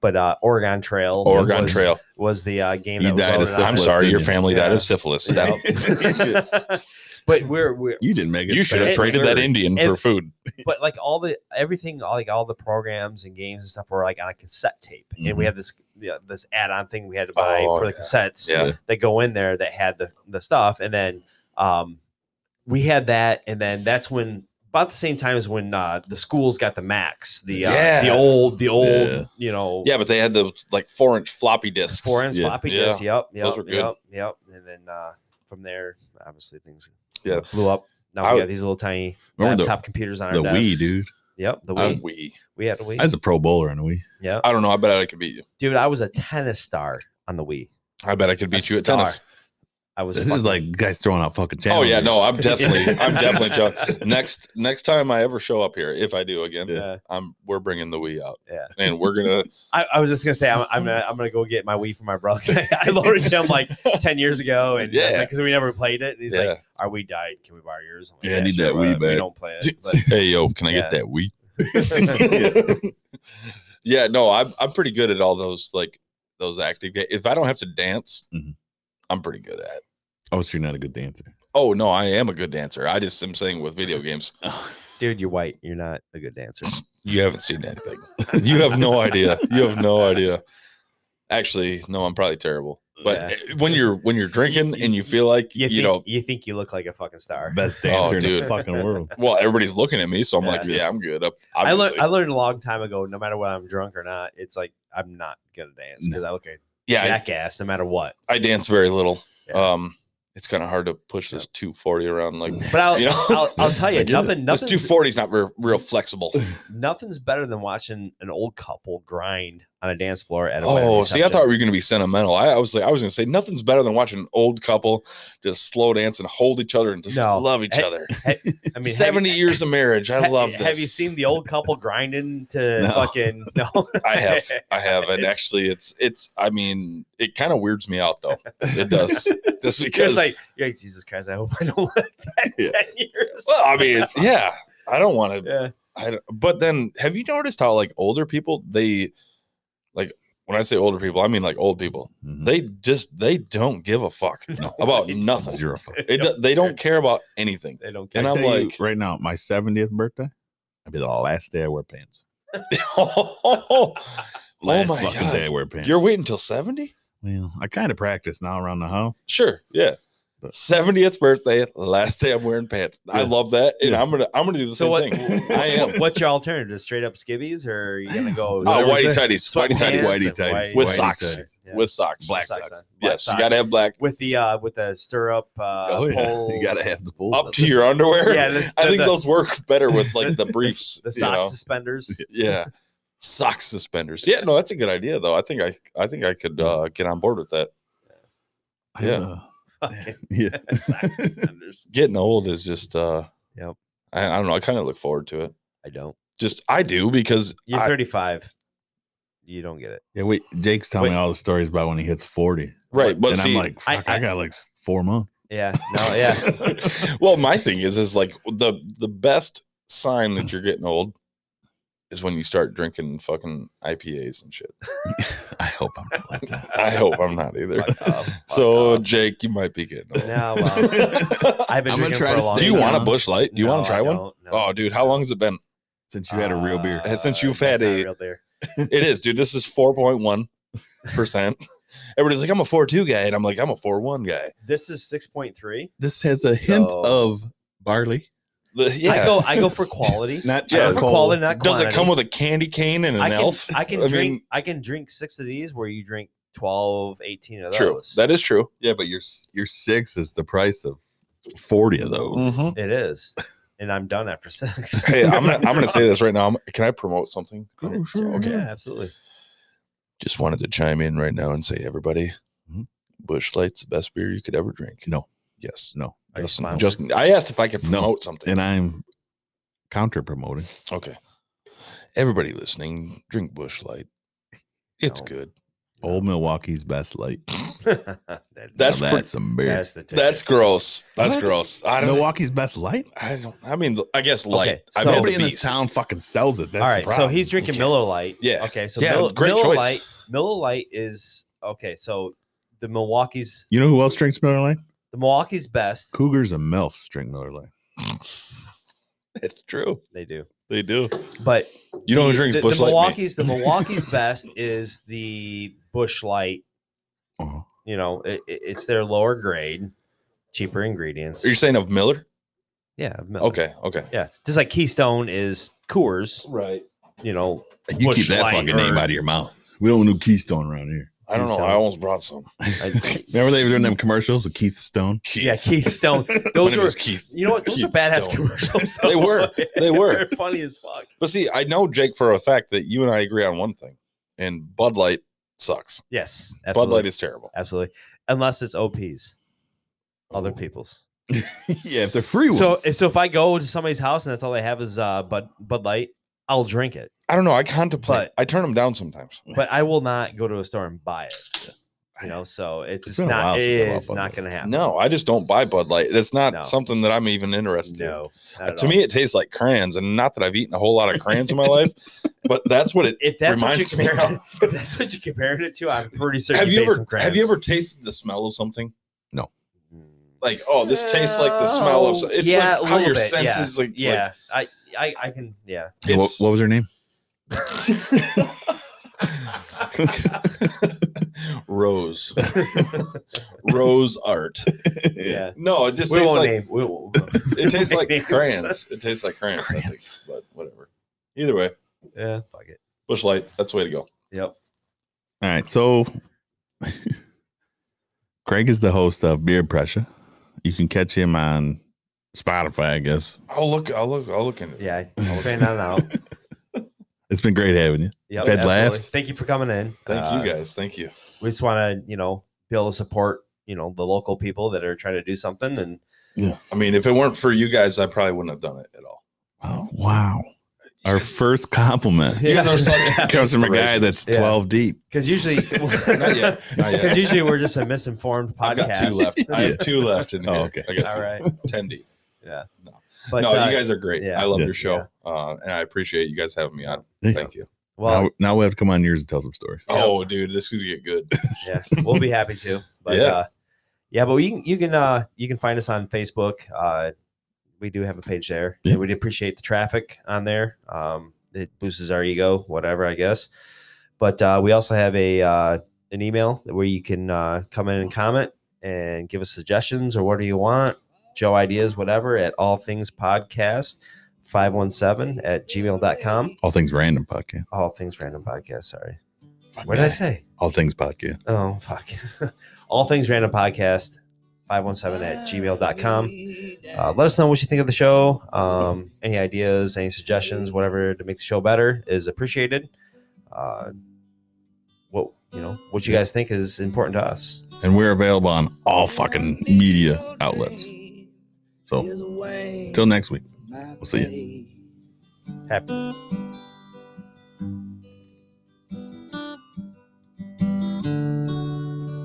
but uh oregon trail Oregon was, Trail. was the uh game You that was died of loaded on I'm syphilis, sorry, your didn't you? family died Yeah. of syphilis. it. That- But we're we're You didn't make it. You should have past traded third. that Indian And- for food. but like all the everything all like all the programs and games and stuff were like on a cassette tape and we Mhm. had this yeah, this add-on thing we had to buy Oh, for the yeah. cassettes Yeah. that go in there that had the, the stuff and then um we had that and then that's when about the same time as when uh the schools got the max the uh, the Yeah. old the old Yeah. you know Yeah, but they had those like four inch floppy discs. four inch Yeah. floppy Yeah. disk yep yep Those were good. yep yep and then uh from there obviously things Yeah. blew up now I we would- got these little tiny Remember the- laptop computers on our The Wii, desks. dude. Yep, the I, Wii. we. we had a Wii. I was a pro bowler on a Wii. Yeah, I don't know. I bet I could beat you. dude, I was a tennis star on the Wii. I bet I could beat A you at star. tennis. I was. This is fucking- like guys throwing out fucking Oh challenges. yeah, no, I'm definitely, I'm definitely. Jo- next, next time I ever show up here, if I do again, Yeah. I'm we're bringing the Wii out, Yeah. and we're gonna. I, I was just gonna say I'm, I'm gonna I'm gonna go get my Wii from my brother. I loaned him like ten years ago, and Yeah. because we never played it. And he's yeah. like, "Our Wii died. Can we borrow yours?" I'm like, Yeah, I need that why Wii not? We back." don't play it. But hey yo, can I get Yeah. that Wii? yeah, no, I'm I'm pretty good at all those like those active games. If I don't have to dance, Mm-hmm. Mhm. I'm pretty good at. it. Oh, so you're not a good dancer. Oh no, I am a good dancer. I just am saying with video games, dude, you're white. You're not a good dancer. you haven't seen anything. You have no idea. You have no idea. Actually, no, I'm probably terrible. But eh, when you're when you're drinking and you feel like You think you, know, you think you look like a fucking star. Best dancer in Oh, dude. the fucking world. well, everybody's looking at me, so I'm like, Yeah. yeah, I'm good. Ob- I learned obviously. I learned a long time ago. No matter whether I'm drunk or not, it's like I'm not gonna dance because I look like yeah, a I- jackass no matter what. I dance very little. Yeah. Mm. Um, it's kind of hard to push this 240 around. Like, But I'll you know, I'll, I'll tell you, I get it. Oh, nothing this nothing's 240 is not re- real flexible. nothing's better than watching an old couple grind on a dance floor at a wedding Oh, see, I reception. thought we were gonna be sentimental. I, I was like, I was gonna say nothing's better than watching an old couple just slow dance and hold each other and just No. love each Hey, other. I mean, have you- 70 years of marriage. I ha- love this. Have you seen the old couple grinding to No. fucking no? I have, I have, and It's- actually, it's, it's. I mean, it kind of weirds me out though. It does, just because, Because like, you're like, Jesus Christ, I hope I don't live that Yeah. ten years. well, I mean, it's, yeah, I don't want to yeah, I don't- but then have you noticed how like older people they like when I say older people I mean like old people Mhm. they just they don't give a fuck No, about they nothing Zero fuck. it, do- they don't care about anything they don't care. and I I'm tell you like- right now, my 70th birthday, that'd be the last day I wear pants. oh Last my fucking God. day I wear pants. you're waiting till 70 well, I kind of practice now around the house. sure yeah But- 70th birthday last day I'm wearing pants I Yeah. love that and Yeah. I'm gonna I'm gonna do the so same what? thing I am What's your alternative? Straight up skivvies, or are you gonna go? oh Whatever whitey it's- tighties whitey tighties Sweatpants Whitey and tighties. white- With whitey socks. tighties, yeah. with socks Black socks. socks. on. Black yes socks. you gotta have black with the uh with the stir up uh oh, yeah. poles. You got to have the pull. up to your underwear yeah. This, I think the- those work better with like the the- briefs. the you sock know? suspenders. Yeah. Sock suspenders. Yeah, no, that's a good idea though. I think I I think I could Mm-hmm. uh, get on board with that. I had, uh, yeah. Sock suspenders. Getting old is just uh Yep. I, I don't know. I kind of look forward to it. I don't. Just I do because You're I- 35. You don't get it. Yeah, wait. Jake's telling Wait. me all the stories about when he hits 40. right, but and see, I'm like, I- fuck, I, I- got like s- four months. Yeah. No. Yeah. well, my thing is is like the the best sign that you're getting old is when you start drinking fucking IPAs and shit. I hope I'm not like that. I hope I'm not either. Fuck off, fuck So off. Jake, you might be getting old. No, well, I've been um, I'm gonna drinking try for a to long Do stay you time. want a No. bush light? Do you want No, to I try one? don't, no. Oh, dude, how long has it been? Since you had a real beer. Uh, Since you've that's had not a- real beer. It is, dude. This is 4.1 percent. Everybody's like, I'm a 4.2 guy, and I'm like, I'm a 4.1 guy. This is 6.3. This has a hint So- of barley, The- yeah. I go. I go for quality. not Yeah, I go for charcoal. quality, not Does quantity. it come with a candy cane and an I can, elf? I can I drink. mean- I can drink six of these, where you drink 12, 18 of True. those. That is true. Yeah, but your s- your six is the price of forty of those. It is, and I'm done after six. Hey, I'm gonna I'm gonna say this right now. I'm- can I promote something? Oh, sure, Okay. Yeah, absolutely. Just wanted to chime in right now and say, everybody, Mhm. Bush Light's the best beer you could ever drink. No. Yes. No, I Yes. smiled. Justin, I asked if I could No. promote something. and I'm counter promoting. okay. Everybody listening, drink Bush Light. It's No. good. Old Milwaukee's best light. That- That's Now pre- some beer. that's the ticket. That's gross. That's What? gross. I don't Milwaukee's best light. I don't. I mean, I guess light. I've had Nobody the in this beast. town fucking sells it. That's all right. The So problem. he's drinking Miller Lite. Yeah. Okay. So Yeah, Mil- great Miller choice. Lite. Miller Lite is okay. So the Milwaukee's You know who else drinks Miller Lite? The Milwaukee's best. Cougars and MILFs drink Miller Lite. It's true. They do. They do. But You know who the- drinks the, Bush the Light? man? Milwaukee's the Milwaukee's best is the Bush Light. Uh-huh. You know, it, it- it's their lower grade, cheaper ingredients. Are you saying of Miller? yeah. Miller. Okay. Okay. Yeah. Just like Keystone is Coors. Right. You know, You Bush keep that Light fucking name or- out of your mouth. We don't do Keystone around here. I don't know. Keystone. I almost brought some. I- Remember they were doing them commercials with Keith Stone? yeah, Keystone. My Those name were. is Keith. You know what? Those are Keystone. badass commercials. They were. though. They were. They're funny as fuck. But see, I know Jake for a fact that you and I agree on one thing, and Bud Light sucks. Yes. Bud Light absolutely. is terrible. Absolutely. Unless it's OPs, other Oh. people's. yeah, if they're free ones. So, so if I go to somebody's house and that's all they have is uh, Bud Bud Light, I'll drink it, I don't know. I contemplate. But- I turn them down sometimes. but I will not go to a store and buy it. You know, so it's, It's it's been a while not since I bought it's Bud not Light. going to happen. No, I just don't buy Bud Light. That's not No. something that I'm even interested no. not in. at Uh, To all. me, it tastes like crayons, and not that I've eaten a whole lot of crayons in my life, but that's what it. if that's what you reminds me compare it, if that's what you compared it to, I'm pretty certain. Have you pay ever some have you crabs. ever tasted the smell of something? Mm, Like, oh, this tastes like the smell of. no. so- It's Yeah, a like how little your bit, yeah, senses like. like, Yeah, I, I I can yeah. Hey, what, it's- what was her name? Rose, Rose art. Yeah. No, it just we tastes won't like name. We won't. it tastes like names. crayons. It tastes like crayons. I think, but whatever. Either way, yeah, fuck it. Bush Light. That's the way to go. Yep. All right. So Craig is the host of Beer Pressure. You can catch him on Spotify, I guess. I'll look. I'll look. I'll look in it. Yeah, expand on out. It's been great having you. Yep, Fed absolutely. laughs. Thank you for coming in. Thank Uh, you guys. Thank you. we just want to you know be able to support you know the local people that are trying to do something and I mean, if it weren't for you guys, I probably wouldn't have done it at all. Oh, wow. Our first compliment You guys are because such- comes from a guy that's Congratulations. Yeah. 12 deep. usually Not yet. Not because yet. usually we're just a misinformed I've got podcast two left. I Yeah. have two left in here. Oh, okay. I got all two. right ten deep. but no, uh, you guys are great. yeah. I love Yeah. your show, uh, and I appreciate you guys having me on. Yeah. Thank you. well now, now we have to come on yours and tell some stories. Yeah. Oh, dude, this could get good. yeah we'll be happy to but Yeah. uh yeah but you can you can uh you can find us on facebook uh we do have a page there Yeah. and we'd appreciate the traffic on there um it boosts our ego whatever i guess but uh we also have a uh an email where you can uh come in and comment and give us suggestions or what do you want joe ideas whatever at all things podcast 517 at gmail.com All things random podcast. all things random podcast sorry what did i say All things podcast. Oh, fuck. All things random podcast 517 at gmail.com. Uh, let us know what you think of the show. Um, any ideas, any suggestions, whatever to make the show better is appreciated. Uh, what you know, what you guys think is important to us. And we're available on all fucking media outlets. So till next week. we'll see you.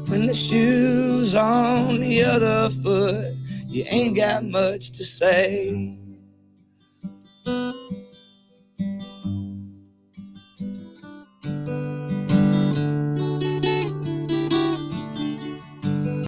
When the shoe's on the other foot, you ain't got much to say.